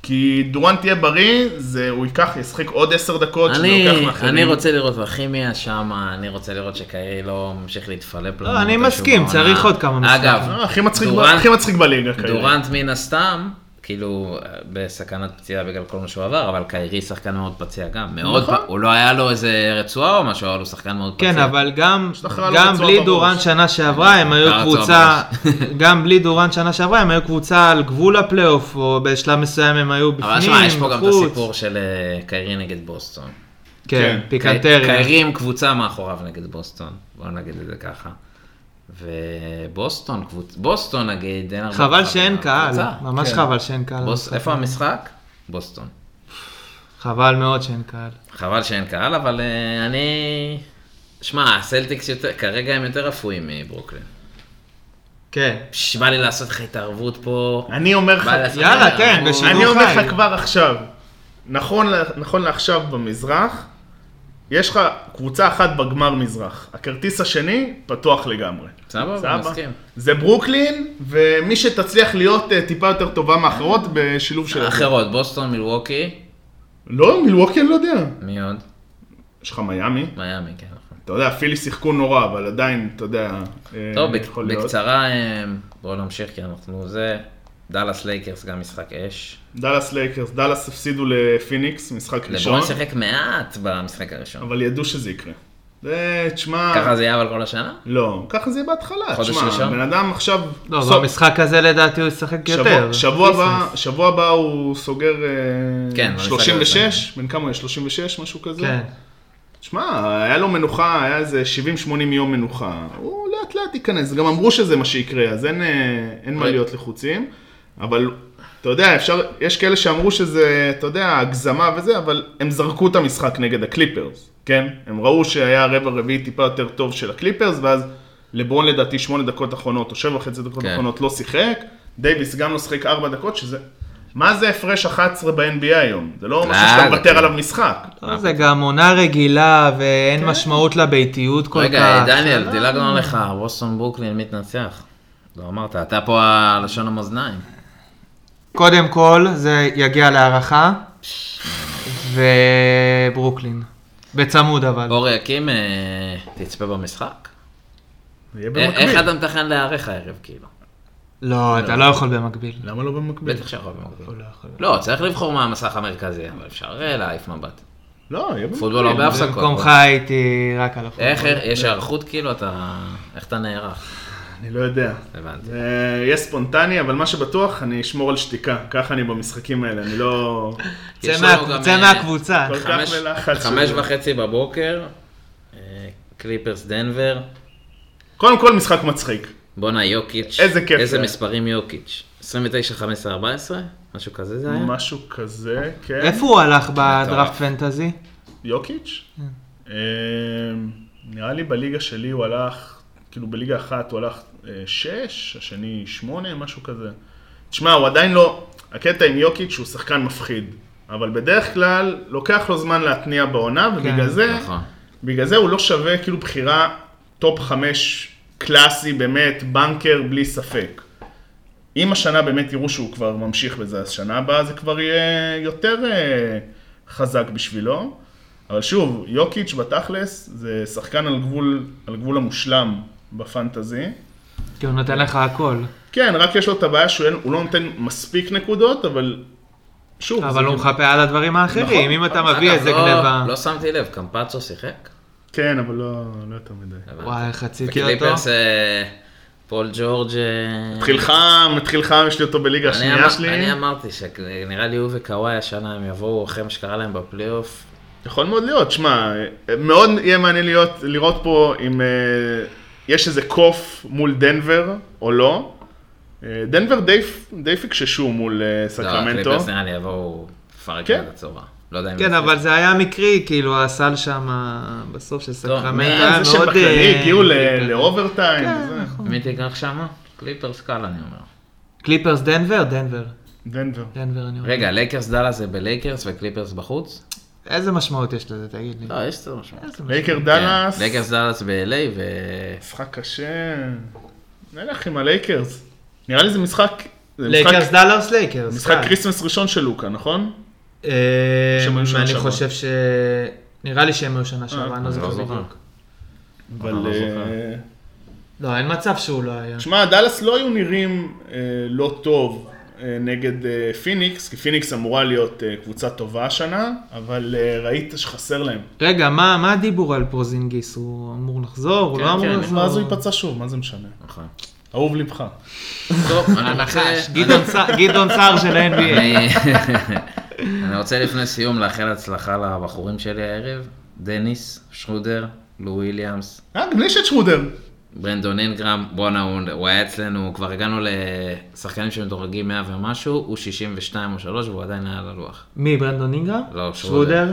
D: כי דורן תהיה בריא, זה, הוא ייקח, ישחק עוד עשר דקות, שזה
A: אני,
D: לא, לוקח מאחרים.
A: אני רוצה לראות בכימיה שם, אני רוצה לראות שקיירי לא ממשיך להתפלפ לנו.
B: לא, אני
A: מתישהו
B: מסכים,
A: בעונה.
B: צריך עוד כמה משחקים.
A: אגב,
D: אה, הכי מצחיק, ב-
A: דורנט-
D: הכי מצחיק בליגה כרגע.
A: דורנט מן הסתם, כאילו, אה, בסכנת פציעה בגלל כל מה שהוא עבר, אבל קיירי שחקן מאוד פציע גם. מאוד,
D: נכון.
A: פ- הוא לא היה לו איזה רשתואה או משהו, אבל הוא שחקן מאוד פציע.
B: כן, אבל גם,
D: השתחרר לו
B: גם
D: בצורה
B: בלי
D: בראש.
B: דורנט שנה שעברה, הם היו
A: אה, בצורה
B: קבוצה, (laughs) גם בלי דורנט שנה שעברה, הם היו קבוצה על גבול הפלייאוף, או בשלב מסוים הם היו בפנים,
A: אבל
B: בחוץ.
A: שמע, יש פה גם את הסיפור של אה, קיירי נגד בוסטון.
B: כן,
D: כן.
B: פיקנטרי.
A: קיירי עם קבוצה מאחוריו נגד בוסטון, בואו נגיד את זה ככה. ובוסטון, קבוצ... בוסטון נגיד, אין הרבה...
B: חבל
A: קהל
B: שאין קהל,
A: בקבוצה.
B: ממש
D: כן.
B: חבל שאין קהל.
A: אה, בוס...
B: למשחק.
A: איפה המשחק? בוסטון.
B: חבל מאוד שאין קהל.
A: חבל שאין קהל, אבל אה, אני... שמע, הסלטיקס יותר, כרגע הם יותר אפויים מברוקלין.
B: כן.
A: פש, בא לי לעשות לך התערבות פה.
D: אני אומר לך,
A: בא לי לעשות לך
B: יאללה,
A: התערבות.
B: כן, בשידור
D: אני אומר
B: חי.
D: לך כבר עכשיו, נכון, ל- נכון לעכשיו במזרח, יש לך קבוצה אחת בגמר מזרח. הכרטיס השני פתוח לגמרי.
A: סבבה,
D: סבבה.
A: מסכים.
D: זה ברוקלין, ומי שתצליח להיות אה, טיפה יותר טובה מאחרות בשילוב של...
A: אחרות, בוסטון, מילווקי,
D: לא, מילווקי אני לא יודע.
A: מי עוד?
D: יש לך מיאמי,
A: מיאמי, כן, נכון.
D: אתה יודע, פילי שיחקו נורא, אבל עדיין, אתה יודע, אה,
A: טוב, בק-
D: יכול להיות.
A: בקצרה, אה, בואו נמשיך כי אנחנו זה. דאלאס לייקרס גם משחק אש.
D: דאלאס לייקרס, דאלאס הפסידו לפיניקס, משחק ראשון,
A: לברון שיחק מעט במשחק הראשון.
D: אבל ידעו שזה יקרה. זה, תשמע...
A: ככה זה היה אבל כל השנה?
D: לא, ככה זה יהיה בהתחלה,
A: חודש
D: תשמע,
A: ראשון?
D: בן אדם עכשיו...
B: לא,
D: סוף-
B: במשחק הזה לדעתי הוא ישחק
D: שבוע-
B: יותר.
D: שבוע הבא-
B: ביסנס.
D: שבוע הבא הוא סוגר אה,
A: כן, במשחק
D: 36, בן כמה הוא יהיה? 36, משהו כזה?
B: כן.
D: שמע, היה לו מנוחה, היה איזה 70-80 יום מנוחה. הוא לאט לאט ייכנס, גם אמרו שזה מה שיקרה, אז אין, אה, אין מה
A: רגע.
D: להיות לחוצים. אבל, אתה יודע, אפשר, יש כאלה שאמרו שזה, אתה יודע, הגזמה וזה, אבל הם זרקו את המשחק נגד הקליפרס, כן? הם ראו שהיה רבע רביעי טיפה יותר טוב של הקליפרס, ואז לברון לדעתי 8 דקות אחרונות, או 7 וחצי דקות
A: כן.
D: אחרונות לא שיחק, דייוויס גם לא שיחק 4 דקות, שזה... מה זה הפרש 11 ב-NBA היום? זה לא משהו
A: זה
D: שאתה מוותר
A: כן.
D: עליו משחק.
B: לא, זה גם עונה רגילה ואין משמעות לביתיות כל כך.
A: כן. רגע, אה, דניאל, דילגנו עליך, ווסטון ברוקלין מתנצח. לא אמרת, אתה פה הלשון המאזניים.
B: קודם כל, זה יגיע להערכה, וברוקלין. בצמוד אבל.
A: אורי יקים, אה, תצפה במשחק?
D: זה יהיה
A: א-
D: במקביל.
A: איך אתה מתכנן להיערך הערב, כאילו?
B: לא, אתה לא יכול במקביל.
D: למה לא במקביל?
A: בטח שיכול במקביל.
B: הוא לא יכול.
A: לא, צריך לבחור מה המסך המרכזי, אבל אפשר אה, להעיף מבט.
D: לא, יהיה במקביל.
A: פוטבול הרבה הפסקות.
B: אה, במקומך הייתי רק על הפוטבול.
A: איך, יש היערכות כאילו, אתה, איך אתה נערך?
D: אני לא יודע.
A: הבנתי.
D: זה יהיה ספונטני, אבל מה שבטוח, אני אשמור על שתיקה. ככה אני במשחקים האלה, אני לא...
B: צא
A: יש
B: מה-
A: לנו גם,
B: צא
A: אה,
B: מהקבוצה.
D: כל- כך
A: חמש-
D: בלחץ
A: חמש
D: שזה.
A: וחצי בבוקר, אה, קליפרס דנבר,
D: קודם כל, משחק מצחיק.
A: בואנה יוקיץ'.
D: איזה כיף זה
A: איזה
D: היה.
A: מספרים יוקיץ'. 29, 15, 14? משהו כזה זה היה?
B: אה?
D: משהו כזה, כן.
B: איפה הוא הלך בדראפט פנטזי?
D: יוקיץ'?
B: אה.
D: אמ, נראה לי בליגה שלי הוא הלך, כאילו בליגה אחת הוא הלך אה, שש, השני שמונה, משהו כזה. תשמע, הוא עדיין לא... הקטע עם יוקיץ' הוא שחקן מפחיד. אבל בדרך כלל, לוקח לו זמן להתניע בעונה, ובגלל
B: כן.
D: זה...
A: נכון.
D: בגלל זה הוא לא שווה כאילו בחירה טופ חמש קלאסי, באמת, בנקר, בלי ספק. אם השנה באמת יראו שהוא כבר ממשיך בזה, אז שנה הבאה זה כבר יהיה יותר אה, חזק בשבילו. אבל שוב, יוקיץ' בתכלס זה שחקן על גבול, על גבול המושלם בפנטזי.
B: כי הוא נותן לך הכל.
D: כן, רק יש לו את הבעיה שהוא אין- הוא לא נותן מספיק נקודות, אבל שוב, זה כן.
B: אבל הוא
D: גם-
B: מחפה על הדברים האחרים.
D: נכון.
B: אם אתה
A: אגב,
B: מביא איזה
A: לא-
B: גניבה.
A: לא שמתי לב, קמפצו שיחק?
D: כן, אבל לא, לא יותר מדי.
A: הבנתי.
B: וואי, איך רציתי אותו.
A: בקליפרס אה, פול ג'ורג' אה,
D: מתחיל חם, מתחיל חם, יש לי אותו בליגה
A: אני
D: השנייה
A: אמר-
D: שלי.
A: אני אמרתי שנראה לי הוא וקוואי השנה הם יבואו אחרי מה שקרה להם בפלייאוף.
D: יכול מאוד להיות, שמע, מאוד יהיה מעניין להיות, לראות פה אם אה, יש איזה קוף מול דנבר או לא. אה, דנבר די, די פיקששו מול אה,
A: לא,
D: סקרמנטו.
A: הקליפרס נראה לי יבואו לפרק
D: כן.
A: את הצורה. לא יודע אם...
B: כן,
A: זה-
B: אבל זה היה מקרי, כאילו, הסל שם אה, בסוף של סקרמנט
A: מי
B: היה
D: זה שהם
B: מאוד...
D: בכללי
B: אה,
D: הגיעו ל-
B: מקרי כזה.
D: לאוברטיים.
B: כן,
D: זה.
B: נכון.
A: מי תיקח שמה? קליפרס קל אני אומר.
B: קליפרס דנבר? דנבר.
D: דנבר.
B: דנבר אני אומר.
A: רגע, לייקרס דאלאס זה בלייקרס וקליפרס בחוץ?
B: איזה משמעות יש לזה, תגיד לי?
A: לא, יש לזה משמעות.
B: איזה משמעות?
D: לייקר דאלאס.
A: כן, לייקרס דאלאס ב-LA ו...
D: משחק קשה. נלך עם הלייקרס. נראה לי זה משחק... זה משחק-
B: לייקרס דאלאס לייקרס.
D: משחק
B: קל.
D: כריסמס ראשון של לוקה, נכון?
B: אה,
D: שהם היו שנה
B: אני
D: שעברה. אה,
B: חושב ש... נראה לי שהם היו שנה שעברה, אני לא
A: אני לא
B: זוכר
A: זוכר.
B: בדיוק.
D: אבל...
A: לא זוכר.
D: אה,
B: לא, אין מצב שהוא לא היה.
D: תשמע, דאלאס לא היו נראים אה, לא טוב אה, נגד אה, פיניקס, כי פיניקס אמורה להיות אה, קבוצה טובה השנה, אבל אה, ראית שחסר להם.
B: רגע, מה מה הדיבור על פרוזינגיס? הוא אמור לחזור? הוא
A: כן,
B: לא אמור
A: כן,
B: לחזור?
D: ואז הוא ייפצע שוב, מה זה משנה?
A: נכון.
D: אהוב לבך.
A: טוב, אני
B: נחש,
A: רוצה...
B: גדעון
A: אה.
B: סער- גדעון סער של ה-NBA.
A: אני- (laughs) אני רוצה לפני סיום לאחל הצלחה לבחורים שלי הערב, דניס, שרודר, לו וויליאמס,
D: אה, גם לי יש את שרודר.
A: ברנדון אינגרם, בואנה, הוא- הוא היה אצלנו, כבר הגענו לשחקנים שמדורגים 100 ומשהו, הוא 62 או 3 והוא עדיין היה על הלוח.
B: מי, ברנדון אינגרם?
A: לא, שרודר.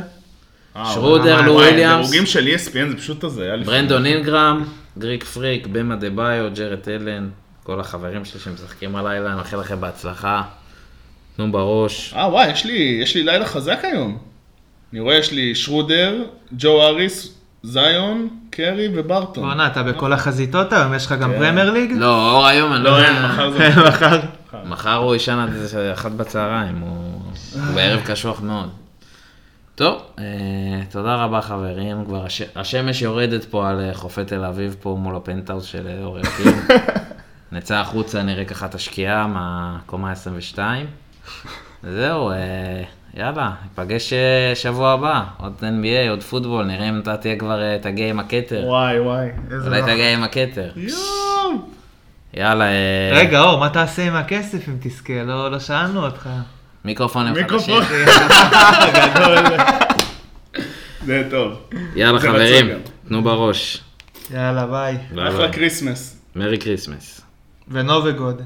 B: שרודר?
A: שרודר,
B: וואי,
A: לו
D: אה, וואי,
A: וויליאמס,
D: דירוגים של E ESPN זה פשוט הזה, היה לפני.
A: ברנדון אינגרם, גריק פריק, במה דה ביו, ג'רד אלן, כל החברים שלי שמשחקים הלילה, אני מאחל לכם בהצלחה. תנו בראש.
D: אה, וואי, יש לי, יש לי לילה חזק היום. אני רואה, יש לי שרודר, ג'ו אריס, זיון, קרי וברטון.
B: בואנה, אתה בכל החזיתות היום? יש לך גם פרמייר ליג?
A: כן.
B: אה,
A: לא, אור היום, אני לא
D: לא, אין,
A: יודע.
D: מחר זה...
A: (laughs)
B: מחר.
A: מחר הוא ישן עד איזה אחת בצהריים, הוא הוא בערב קשוח מאוד. טוב, אה, תודה רבה חברים, כבר הש... השמש יורדת פה על אה, חופי תל אביב, פה מול הפנטהאוס של אה, אור יקיר.
D: (laughs)
A: נצא החוצה, נראה ככה את השקיעה מהקומה ה-22. זהו, אה, יאללה, ניפגש אה, שבוע הבא, עוד NBA, עוד פוטבול, נראה אם אתה תהיה כבר, אה, תגיע עם הכתר.
D: וואי נכון. וואי, איזה...
A: אולי
D: רע.
A: תגיע עם הכתר.
D: יואו!
A: יאללה, אה,
B: רגע, אור, מה תעשה עם הכסף אם תזכה? לא לא שאלנו אותך.
A: מיקרופונים חדשים. (laughs)
D: מיקרופון. גדול. זה טוב.
A: יאללה
D: זה
A: חברים,
D: רצוי
A: תנו בראש.
B: יאללה, ביי.
A: ביי
D: אחלה
A: ביי.
D: כריסמס.
A: מרי כריסמס.
B: ונובגוד.